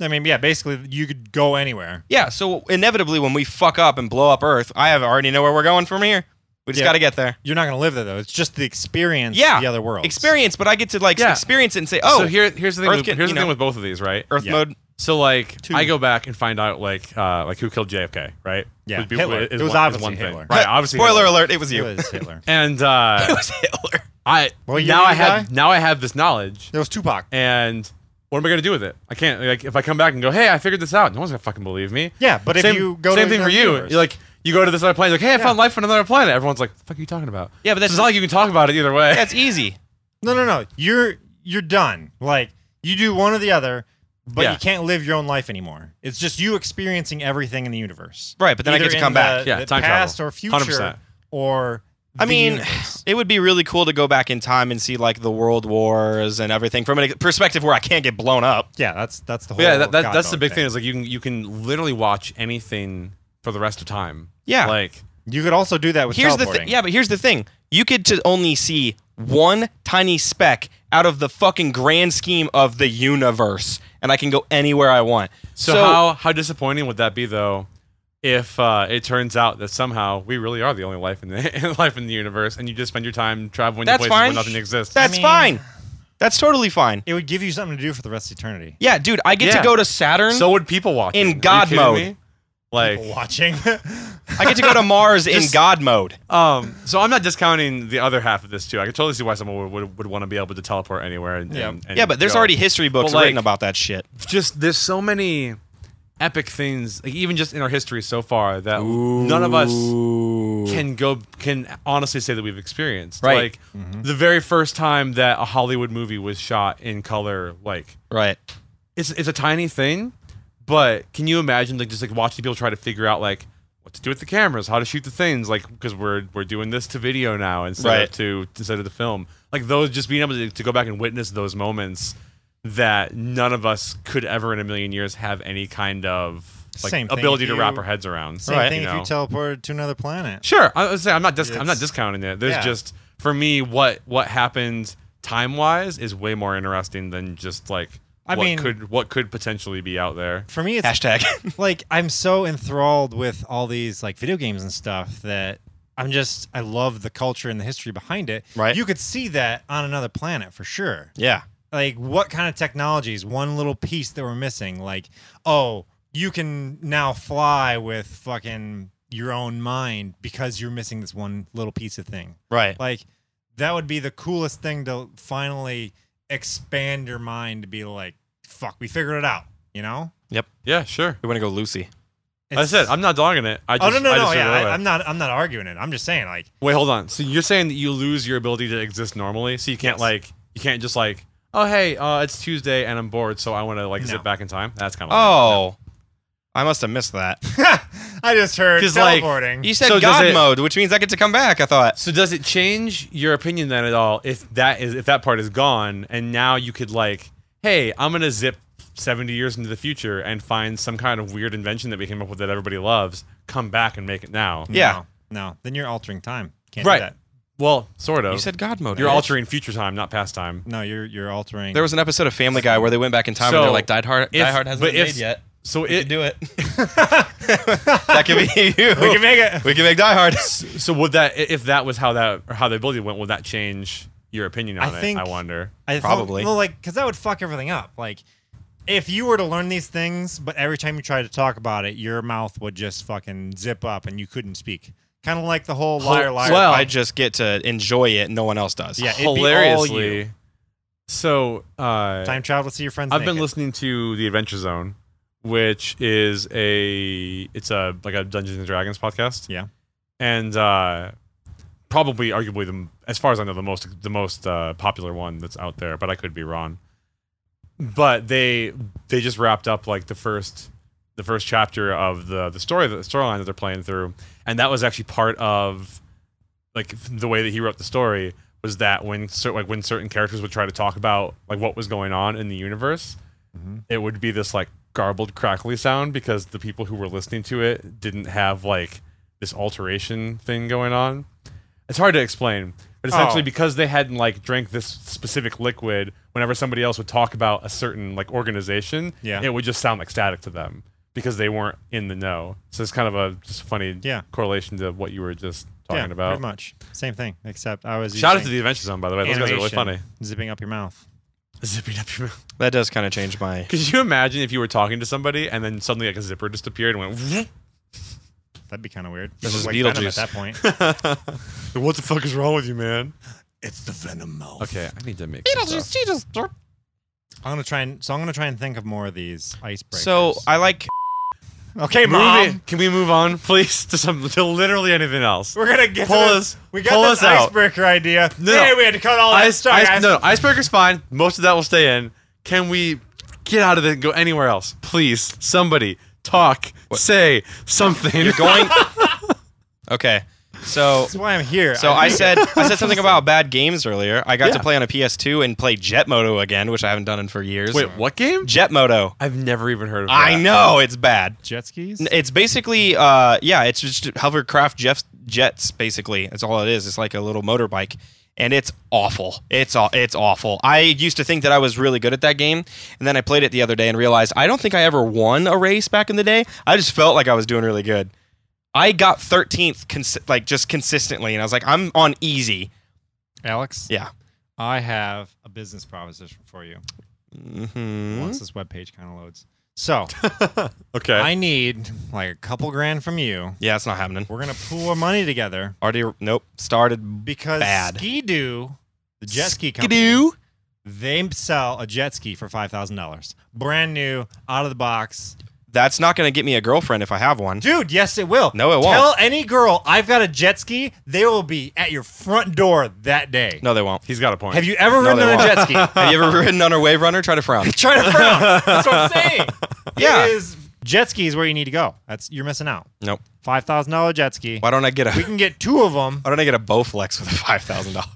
S2: I mean yeah basically you could go anywhere
S1: Yeah, so inevitably when we fuck up and blow up Earth, I have already know where we're going from here. We just
S2: Yeah.
S1: got to get there.
S2: you're not gonna live there though it's just the experience
S1: Yeah,
S2: of the other world
S1: Experience, but I get to like
S3: Yeah.
S1: experience it and say, "Oh,
S3: so here, here's the thing.
S1: Earth
S3: with,
S1: can-
S3: here's the
S1: you
S3: thing
S1: know.
S3: with both of these, right?
S1: Earth
S2: Yeah.
S1: mode."
S3: So like, I go back and find out like, uh, like who killed JFK, right?
S2: Yeah,
S3: Would be-
S2: Hitler.
S3: is
S2: It was
S3: one- is
S2: obviously
S3: one thing.
S2: Hitler.
S3: right? Obviously,
S1: Spoiler
S3: Hitler.
S1: alert, [LAUGHS] it was
S2: it
S1: you.
S2: was Hitler
S3: And uh,
S1: [LAUGHS] It was Hitler.
S3: I
S2: Well, you-
S3: now
S2: you
S3: I have
S2: die?
S3: now I have this knowledge.
S2: [LAUGHS] it was Tupac
S3: and what am I gonna do with it? I can't. Like, if I come back and go, hey, I figured this out, no one's gonna fucking believe me.
S2: Yeah, but if
S3: same,
S2: you go to
S3: same thing for
S2: another
S3: you.
S2: universe.
S3: You're like, you go to this other planet, like, hey, I found life on another planet. Everyone's like, the fuck, are you talking about?
S1: Yeah, but that's-
S3: So it's not like you can talk about it either way.
S1: That's easy.
S2: no no no you're you're done like you do one or the other but
S3: Yeah.
S2: you can't live your own life anymore it's just you experiencing everything in the universe
S1: Right, but then I
S2: Either
S1: get to
S2: in
S1: come
S2: the-
S1: back.
S3: Yeah,
S2: the
S3: time
S2: past
S3: travel.
S2: or future
S3: 100%.
S2: or
S1: I
S2: the
S1: mean, [SIGHS]
S2: universe.
S1: it would be really cool to go back in time and see like the world wars and everything from a perspective where I can't get blown up.
S2: yeah, that's that's the
S3: But
S2: whole.
S3: yeah, that, that, that's
S2: Oh, God
S3: the
S2: mode
S3: big thing. Is like you can you can literally watch anything for the rest of time.
S1: Yeah.
S3: like
S2: You could also do that with
S1: Here's the
S2: teleporting.
S1: thing. Yeah, but here's the thing. You could to only see one tiny speck out of the fucking grand scheme of the universe, and I can go anywhere I want.
S3: so, how how disappointing would that be though? If uh, it turns out that somehow we really are the only life in the [LAUGHS] life in the universe, and you just spend your time traveling
S1: That's
S3: to places where
S1: fine.
S3: nothing exists,
S1: That's
S2: mean-
S1: fine. That's totally fine.
S2: It would give you something to do for the rest of eternity.
S1: Yeah, dude, I get
S3: Yeah.
S1: to go to Saturn.
S3: so would people watch
S1: In God mode.
S3: Like
S2: Watching. [LAUGHS]
S1: I get to go [LAUGHS] to Mars in God mode.
S3: Um, so I'm not discounting the other half of this too. I can totally see why someone would, would, would want to be able to teleport anywhere. And,
S2: Yeah.
S3: and- and
S1: Yeah, but there's
S3: go.
S1: already history books
S3: But, like-
S1: written about that shit.
S3: just there's so many epic things, like even just in our history so far, that none of us can go can honestly say that we've experienced.
S1: Right. Mm-hmm.
S3: Like the very first time that a Hollywood movie was shot in color, like
S1: Right.
S3: it's it's a tiny thing, but can you imagine like just like watching people try to figure out like what to do with the cameras, how to shoot the things, like because we're we're doing this to video now instead
S1: Right.
S3: of to instead of the film. Like those, just being able to, to go back and witness those moments that none of us could ever in a million years have any kind of like
S2: Same thing
S3: ability
S2: if
S3: to
S2: you-
S3: wrap our heads around.
S2: Same
S1: Right.
S2: thing
S3: You
S2: if you
S3: know.
S2: teleported to another planet.
S3: Sure, I was saying I'm not dis- I'm not
S2: It's-
S3: discounting it. There's
S2: Yeah.
S3: just for me what what happened time wise is way more interesting than just like
S2: I
S3: what
S2: mean-
S3: could what could potentially be out there.
S2: For me, it's
S1: Hashtag. [LAUGHS]
S2: like I'm so enthralled with all these like video games and stuff that I'm just I love the culture and the history behind it.
S1: Right.
S2: You could see that on another planet for sure.
S1: yeah.
S2: Like what kind of technologies, one little piece that we're missing, like, oh, you can now fly with fucking your own mind because you're missing this one little piece of thing.
S1: Right.
S2: Like that would be the coolest thing to finally expand your mind to be like, fuck, we figured it out, you know?
S3: Yeah, sure.
S1: We want to go Lucy.
S3: Like I said
S2: It's-
S3: I'm not dogging it. I just,
S2: oh no
S3: I
S2: no no!
S3: just
S2: Yeah,
S3: realized-
S2: I, I'm not. I'm not arguing it. I'm just saying like [LAUGHS]
S3: Wait, hold on. So you're saying that you lose your ability to exist normally, so you can't
S2: Yes.
S3: like you can't just like oh hey uh, it's Tuesday and I'm bored, so I want to like
S2: No.
S3: sit back in time. That's kind of
S1: Oh. I must have
S3: [LAUGHS]
S1: missed that.
S2: I just heard
S3: 'Cause, like,
S2: teleporting.
S1: You said
S3: So does
S1: God
S3: it-
S1: mode, which means I get to come back, I thought.
S3: So does it change your opinion then at all if that is if that part is gone and now you could like hey I'm gonna zip 70 years into the future and find some kind of weird invention that we came up with that everybody loves, come back and make it now.
S2: no,
S1: yeah.
S2: no. Then you're altering time. Can't
S3: Right.
S2: Do that.
S3: Well, sort of.
S1: You said God mode.
S3: you're
S1: Alex.
S3: altering future time, not past time.
S2: No, you're you're altering.
S1: There was an episode of Family Guy where they went back in time and
S3: So,
S1: they're like, Die Hard,
S3: if-
S1: Die Hard hasn't
S3: but
S1: been
S3: if-
S1: made yet.
S3: So
S1: We
S3: it
S1: could
S3: [LAUGHS]
S1: do it. that could be
S2: [LAUGHS]
S1: you.
S2: we can make it.
S1: [LAUGHS] We can make Die Hard.
S3: So would that i- if that was how that or how the ability went, would that change your opinion on
S2: I
S3: it?
S2: think-
S3: I wonder.
S2: I thought-
S1: Probably.
S2: well, like because that would fuck everything up. Like if you were to learn these things, but every time you tried to talk about it, your mouth would just fucking zip up and you couldn't speak. Kind of like the whole liar liar.
S3: well-
S1: I just get to enjoy it. No one else does.
S2: Yeah, it'd be all
S3: Hilariously.
S2: you.
S3: So uh,
S2: time travel to see your friends.
S3: I've been
S2: naked.
S3: listening to the Adventure Zone, which is a it's a like a Dungeons and Dragons podcast.
S2: Yeah.
S3: and uh, probably arguably the as far as I know the most the most uh, popular one that's out there, but I could be wrong. But they they just wrapped up like the first the first chapter of the the story the storyline that they're playing through, and that was actually part of like the way that he wrote the story was that when cer- like when certain characters would try to talk about like what was going on in the universe,
S2: Mhm.
S3: it would be this like garbled crackly sound because the people who were listening to it didn't have like this alteration thing going on. It's hard to explain, but essentially
S2: Oh.
S3: because they hadn't like drank this specific liquid, whenever somebody else would talk about a certain like organization,
S2: Yeah.
S3: it would just sound like static to them because they weren't in the know. So it's kind of a just funny
S2: Yeah.
S3: correlation to what you were just talking
S2: yeah,
S3: about.
S2: pretty much same thing, except I was
S3: Shout out to
S2: using
S3: the Adventure Zone, by the way. Those guys are really
S2: animation,
S3: funny.
S2: Zipping up your mouth.
S3: Zipping up your mouth.
S1: That does kind of change my.
S3: Could you imagine if you were talking to somebody and then suddenly like a zipper just appeared and went?
S2: That'd be kind of weird.
S1: This
S2: It
S1: is
S2: looked like Venom
S1: Beetlejuice.
S2: at that point.
S3: [LAUGHS] what the fuck is wrong with you, man?
S2: It's the venom mouth.
S3: Okay, I need to make.
S2: I'm gonna try and so I'm gonna try and think of more of these icebreakers.
S1: So I like.
S2: okay, mom,
S3: Move it. Can we move on, please, to some to literally anything else?
S2: we're gonna get
S3: Pull
S2: to this-
S3: us-
S2: We got
S3: pull
S2: this
S3: us out.
S2: icebreaker idea.
S3: No.
S2: Hey, we had to cut all that
S3: Ice-
S2: stuff.
S3: ice- no, no, icebreaker's fine. Most of that will stay in. Can we get out of it and go anywhere else, please? Somebody talk, say something. You're [LAUGHS]
S1: Going. okay. So.
S2: That's why I'm here.
S1: So I said I said
S3: [LAUGHS]
S1: something about bad games earlier. I got
S3: Yeah.
S1: to play on a PS2 and play Jet Moto again, which I haven't done in for years.
S3: Wait, what game?
S1: Jet Moto.
S3: I've never even heard of.
S1: I
S3: that.
S1: know it's bad.
S2: jet skis.
S1: It's basically, uh, yeah, it's just hovercraft jets, jets. Basically, that's all it is. It's like a little motorbike, and it's awful. It's aw- it's awful. I used to think that I was really good at that game, and then I played it the other day and realized I don't think I ever won a race back in the day. I just felt like I was doing really good. I got 13th, cons- like just consistently, and I was like, I'm on easy.
S2: Alex,
S1: Yeah.
S2: I have a business proposition for you.
S1: hmm
S2: Once this webpage kind of loads. So
S3: Mm-hmm. [LAUGHS] Okay.
S2: I need like a couple grand from you.
S1: Yeah, it's not happening.
S2: We're gonna pool our money together
S1: Already, nope. Started.
S2: because
S1: Bad.
S2: Ski Doo, the jet ski company,
S1: Skidoo.
S2: they sell a jet ski for five thousand dollars, brand new, out of the box.
S1: That's not going to get me a girlfriend if I have one.
S2: Dude, yes, it will.
S1: No, it won't.
S2: Tell any girl I've got a jet ski, they will be at your front door that day.
S1: No, they won't.
S3: He's got a point.
S2: Have you ever
S1: No,
S2: ridden
S1: they
S2: on a
S1: won't.
S2: jet ski?
S1: Have you ever ridden on a wave runner? Try to frown.
S2: Try
S1: [LAUGHS]
S2: to frown. That's what I'm saying.
S1: Yeah.
S2: It is, jet ski is where you need to go. That's you're missing out.
S1: Nope.
S2: Five thousand dollar jet ski.
S1: Why don't I get a
S2: We can get two of them.
S1: Why don't I get a Bowflex with five thousand dollars?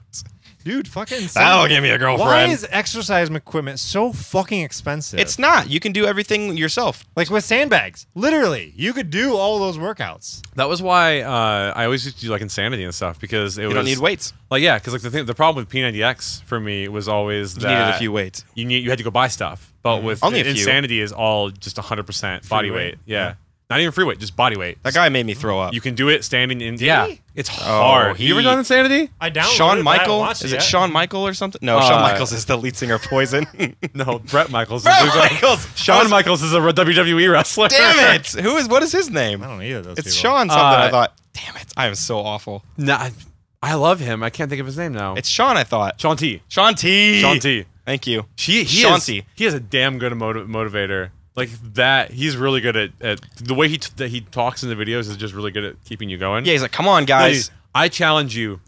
S2: dude, fucking.
S1: That'll give me a girlfriend.
S2: Why is exercise equipment so fucking expensive?
S1: It's not. You can do everything yourself.
S2: like with sandbags. Literally, you could do all those workouts.
S3: That was why uh, I always used to do like insanity and stuff because it
S1: You
S3: was
S1: don't need weights.
S3: Like yeah, because like the thing, the problem with P90X for me was always
S1: You needed
S3: that
S1: a few weights.
S3: you need you had to go buy stuff. But with
S1: Only a few.
S3: insanity is all just 100 percent body
S2: weight.
S3: weight. Yeah. not even free weight, just body weight.
S1: That guy made me throw up.
S3: you can do it standing in. Oh, yeah,
S2: he?
S3: it's hard. you ever
S1: he-
S3: done insanity?
S2: I downloaded.
S1: Shawn
S2: it, but I haven't
S1: Michael?
S2: watched
S1: Is
S2: yet.
S1: it Shawn Michael or something? No,
S3: Uh,
S1: Shawn Michaels is the lead singer of
S3: [LAUGHS]
S1: Poison.
S3: No, Brett Michaels.
S1: Brett
S3: is
S1: Michaels. I
S3: Shawn
S1: was-
S3: Michaels is a WWE E wrestler.
S1: Damn
S3: [LAUGHS]
S1: it! Who is? What is his name?
S2: I don't know either of those.
S1: It's
S2: people.
S1: Sean something. I
S3: Uh,
S1: thought. Damn it! I am so awful.
S3: Nah, I- I love him. I can't think of his name now.
S1: It's Sean. I thought.
S3: Sean T.
S1: Sean T.
S3: Sean T.
S1: Thank you.
S3: She, he
S1: Sean
S3: is,
S1: T.
S3: He is a damn good motiv- motivator. Like that, he's really good at, at the way he t- that he talks in the videos is just really good at keeping you going.
S1: Yeah, he's like, come on,
S3: I,
S1: guys.
S3: I challenge you.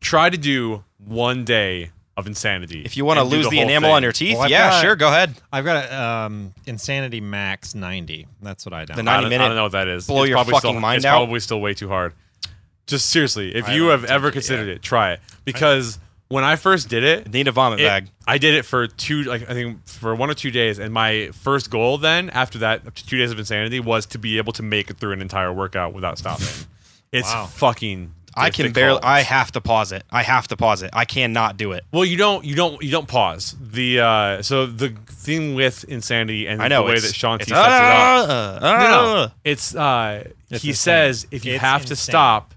S3: Try to do one day of insanity.
S1: If you want to
S3: and do
S1: lose the,
S3: whole
S1: enamel
S3: thing.
S1: on your teeth,
S2: Well, I've
S1: yeah,
S2: got-
S1: sure, go ahead.
S2: I've got a um, Insanity Max 90. That's what I downloaded.
S1: The
S3: I
S1: 90
S3: don't,
S1: minute.
S3: I don't know what that is.
S1: blow
S3: It's
S1: your
S3: probably
S1: fucking
S3: still,
S1: mind
S3: it's
S1: out.
S3: probably still way too hard. Just seriously, if you
S2: haven't
S3: have
S2: attempted
S3: ever
S2: it
S3: considered it, try it because when I first did it,
S1: Need a vomit
S3: it-
S1: bag.
S3: I did it for two, like I think for one or two days, and my first goal then after that up to two days of insanity was to be able to make it through an entire workout without [LAUGHS] stopping. it's
S2: Wow.
S3: fucking.
S1: I can
S3: difficult.
S1: barely. I have to pause it. I have to pause it. I cannot do it.
S3: Well, you don't, you don't, you don't pause. The uh so the thing with insanity and
S1: I know.
S3: the way
S1: it's,
S3: that Sean T
S1: it's,
S3: sets it up.
S1: "Ah, ah,
S3: No,
S1: ah."
S3: no. It's uh
S2: It's
S3: he
S2: insane.
S3: says if you
S2: It's
S3: have to
S2: insane.
S3: stop,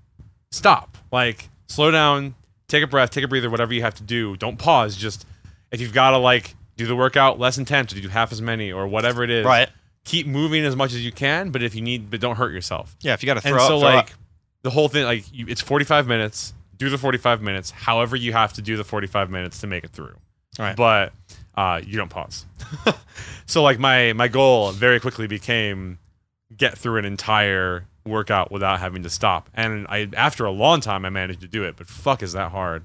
S3: stop. Like slow down, take a breath, take a breather, whatever you have to do. Don't pause. Just if you've gotta like do the workout less intense or do half as many or whatever it is.
S1: Right.
S3: Keep moving as much as you can, but if you need but don't hurt yourself.
S1: Yeah, if you got to throw
S3: And
S1: up,
S3: so
S1: throw
S3: like
S1: up.
S3: the whole thing like you, it's 45 minutes, do the 45 minutes, however you have to do the 45 minutes to make it through
S1: Right.
S3: but uh, you don't pause. [LAUGHS] so like my my goal very quickly became get through an entire workout without having to stop. And I after a long time I managed to do it, but fuck is that hard.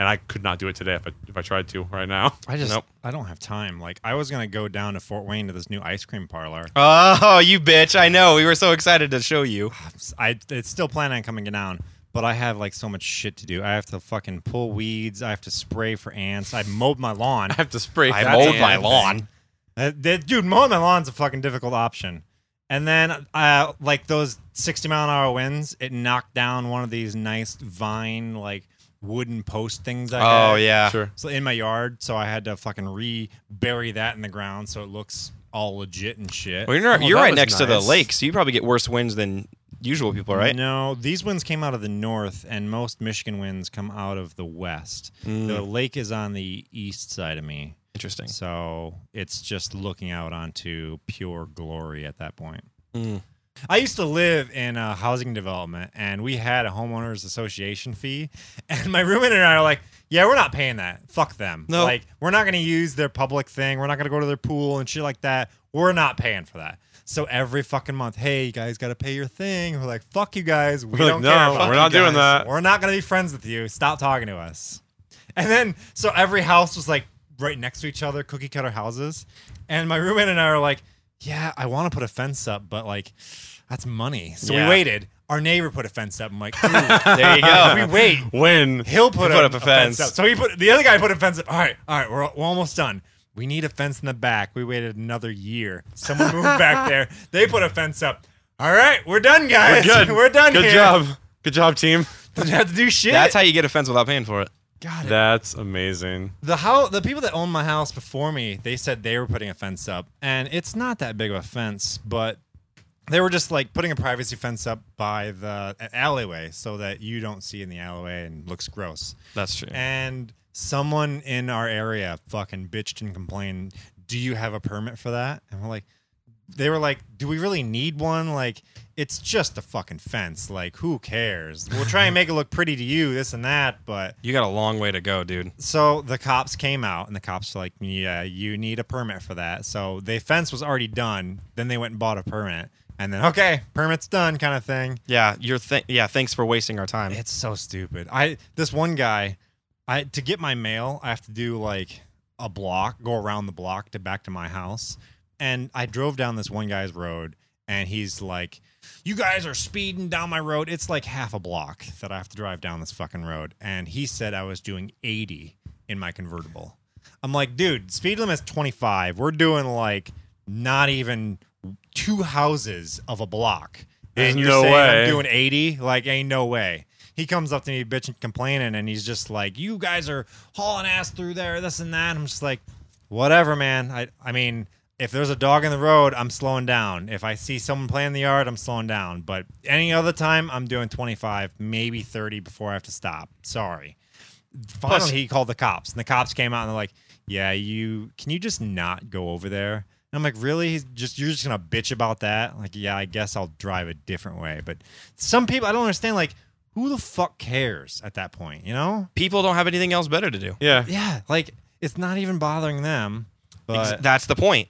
S3: And I could not do it today if I, if I tried to right now. [LAUGHS]
S2: I just
S1: Nope.
S2: I don't have time. Like I was gonna go down to Fort Wayne to this new ice cream parlor.
S1: Oh, you bitch! I know. We were so excited to show you.
S2: I it's still planning on coming down, but I have like so much shit to do. I have to fucking pull weeds. I have to spray for ants. I mowed my lawn.
S3: I have to spray.
S1: [LAUGHS] I
S3: that
S1: mowed
S3: damn
S1: my
S3: thing.
S1: lawn.
S2: Uh, that- dude, mowing my lawn's a fucking difficult option. And then, uh, like those sixty mile an hour winds, it knocked down one of these nice vine like wooden post things. I had.
S1: Oh yeah.
S3: Sure.
S2: So in my yard, so I had to fucking re-bury that in the ground so it looks all legit and shit.
S1: Well, you're,
S3: Oh,
S1: you're
S3: that
S1: right
S3: was
S1: next to the
S3: nice.
S1: lake, so you probably get worse winds than usual people, right?
S2: No, these winds came out of the north, and most Michigan winds come out of the west. The
S1: Mm.
S2: lake is on the east side of me,
S3: Mm-hmm. [LAUGHS]
S1: Interesting.
S2: so it's just looking out onto pure glory at that point. I used to live in a housing development, and we had a homeowners association fee, [LAUGHS] and my roommate and I are like. Yeah, we're not paying that. Fuck them.
S1: No.
S2: Like, we're not going to use their public thing. We're not going to go to their pool and shit like that. We're not paying for that. So every fucking month, hey, you guys got to pay your thing. We're like, fuck you guys. We
S3: We're like,
S2: don't
S3: "No,
S2: care. about
S3: we're
S2: you
S3: not doing
S2: guys.
S3: that."
S2: We're not going to be friends with you. Stop talking to us. And then, so every house was like right next to each other, cookie cutter houses. And my roommate and I are like, yeah, I want to put a fence up, but like, that's money. So
S1: Yeah.
S2: we waited. Our neighbor put a fence up. I'm like,
S3: [LAUGHS]
S2: "Ooh,
S1: There you go.
S2: if we wait,
S3: When
S2: He'll put,
S1: He
S2: a, a fence. up. So he put the other guy put a fence up. All right, all right, we're, we're almost done. We need a fence in the back. We waited another year. Someone moved back there. They put a fence up. All right, we're done,
S3: we're
S2: guys. [LAUGHS]
S3: good.
S2: done
S3: Good
S2: here.
S3: job. Good job, team.
S2: [LAUGHS] Don't have to do shit.
S1: That's how you get a fence without paying for it.
S2: God,
S3: That's amazing.
S2: the how the people that owned my house before me, they said they were putting a fence up, and it's not that big of a fence, but they were just like putting a privacy fence up by the alleyway so that you don't see in the alleyway and looks gross.
S1: That's true.
S2: and someone in our area fucking bitched and complained, "Do you have a permit for that?" And we're like, they were like, "Do we really need one? Like, it's just a fucking fence. Like, who cares? We'll try and make it look pretty to you, this and that, but."
S1: You got a long way to go, dude.
S2: So the cops came out, and the cops were like, "Yeah, you need a permit for that." So the fence was already done. Then they went and bought a permit, and then okay, permit's done, kind of thing.
S1: Yeah, you're. Th- yeah, thanks for wasting our time.
S2: It's so stupid. I this one guy, I to get my mail, I have to do like a block, go around the block to back to my house. And I drove down this one guy's road and he's like, "You guys are speeding down my road. It's like half a block that I have to drive down this fucking road." And he said I was doing 80 in my convertible. I'm like, "Dude, speed limit's 25. We're doing like not even two houses of a block."
S5: There's
S2: and you're
S5: no
S2: saying
S5: way.
S2: I'm doing 80? Like, ain't no way. He comes up to me bitching, complaining, and he's just like, "You guys are hauling ass through there, this and that." I'm just like, "Whatever, man. I, I mean, if there's a dog in the road, I'm slowing down. If I see someone playing in the yard, I'm slowing down. But any other time, I'm doing 25, maybe 30 before I have to stop. Sorry." Finally,
S1: Plus-
S2: he called the cops, and the cops came out and they're like, "Yeah, you can you just not go over there?" And I'm like, "Really? He's just you're just gonna bitch about that?" Like, yeah, I guess I'll drive a different way. But some people, I don't understand. Like, who the fuck cares at that point? You know?
S1: People don't have anything else better to do.
S3: Yeah.
S2: Yeah, like it's not even bothering them.
S1: Ex-
S2: But
S1: That's the point.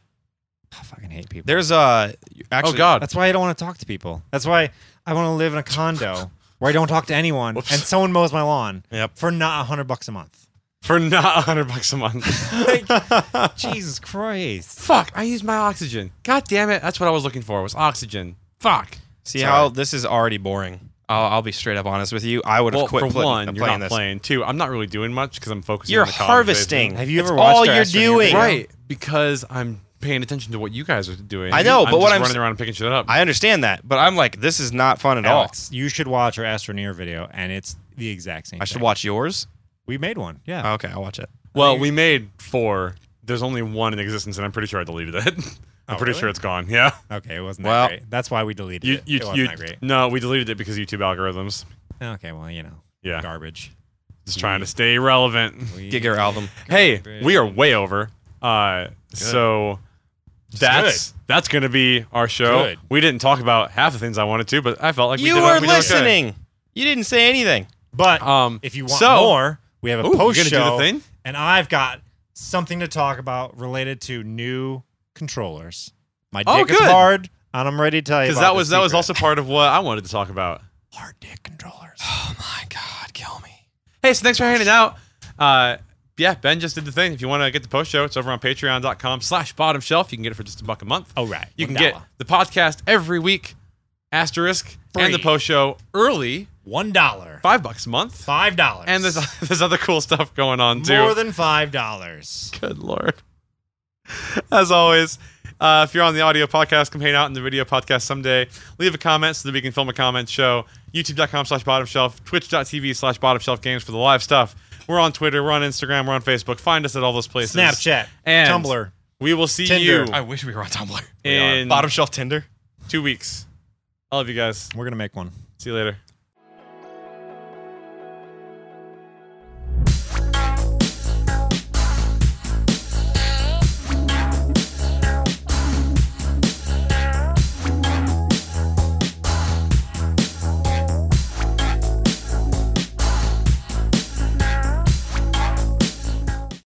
S2: I fucking hate people.
S1: There's uh actually
S3: oh God.
S2: That's why I don't want to talk to people. That's why I want to live in a [LAUGHS] condo where I don't talk to anyone, and someone mows my lawn
S1: Yep.
S2: for not a hundred bucks a [LAUGHS] month.
S3: For not hundred bucks a month.
S2: Jesus Christ!
S3: [LAUGHS] Fuck. I used my oxygen. God damn it. That's what I was looking for. Was oxygen. Fuck.
S1: See how this is already boring. I'll, I'll be straight up honest with you. I would have
S3: Well,
S1: quit
S3: for
S1: pl-
S3: one, you're
S1: playing
S3: not
S1: this.
S3: playing. Two, I'm not really doing much because I'm focusing.
S1: You're
S3: on the college
S1: harvesting.
S3: baseball.
S2: Have you
S1: It's
S2: ever watched
S1: all
S2: our
S1: you're
S2: Astro News
S1: doing?
S2: video?
S3: right? Because I'm paying attention to what you guys are doing.
S1: I know,
S3: I'm
S1: but what
S3: just
S1: I'm s-
S3: running around and picking shit up.
S1: I understand that, but I'm like, this is not fun at
S2: Alex, you should watch our Astroneer video, and it's the exact same.
S1: all. I should
S2: thing.
S1: watch yours.
S2: We made one.
S3: Uh,
S2: Yeah.
S1: Okay, I'll watch it.
S3: well, we made four. There's only one in existence, and I'm pretty sure I deleted it. [LAUGHS] I'm
S2: Oh,
S3: pretty
S2: really?
S3: sure it's gone. Yeah.
S2: okay, it wasn't that
S1: Well-
S2: great. That's why we deleted
S3: You,
S2: it.
S3: you,
S2: it wasn't
S3: you,
S2: that great.
S3: no, we deleted it because YouTube algorithms.
S2: Okay, well, you know,
S3: Yeah.
S2: garbage.
S3: Just trying to stay relevant.
S2: We-
S1: Get your album.
S3: Hey, we are way over. Uh, so that's that's gonna be our show.
S2: Good.
S3: We didn't talk about half the things I wanted to, but I felt like we
S1: you
S3: did
S1: were
S3: we did okay.
S1: listening. You didn't say anything.
S2: But
S3: Um,
S2: if you want
S3: so-
S2: more, we have a
S3: Ooh, you
S2: post
S3: gonna do
S2: show,
S3: the thing?
S2: and I've got something to talk about related to new controllers. My dick
S3: Oh,
S2: is
S3: good.
S2: hard, and I'm ready to tell you.
S3: because
S2: Because
S3: that was that was also part of what I wanted to talk about.
S2: hard dick
S3: [SIGHS]
S2: controllers.
S1: Oh my God, kill me.
S3: Hey, so thanks for hanging out. Uh, yeah, Ben just did the thing. If you want to get the post show, it's over on patreon.com slash bottom shelf. You can get it for just a buck a month.
S2: Oh right,
S3: You
S2: one
S3: can get
S2: dollar.
S3: the podcast every week, asterisk,
S2: Free.
S3: and the post show early,
S2: one dollar,
S3: five bucks a month.
S2: five dollars,
S3: And there's, [LAUGHS] there's other cool stuff going on too.
S2: more than five dollars.
S3: Good lord. As always, uh, if you're on the audio podcast, come hang out in the video podcast someday. Leave a comment so that we can film a comment show. YouTube.com slash bottom shelf, twitch.tv slash bottom shelf games for the live stuff. We're on Twitter, we're on Instagram, we're on Facebook. Find us at all those places.
S2: Snapchat,
S3: And
S2: Tumblr.
S3: We will see
S2: Tinder.
S3: you
S1: I wish we were on Tumblr.
S3: in
S1: Bottom shelf Tinder.
S3: two weeks. I love you guys.
S2: We're gonna make one.
S3: See you later.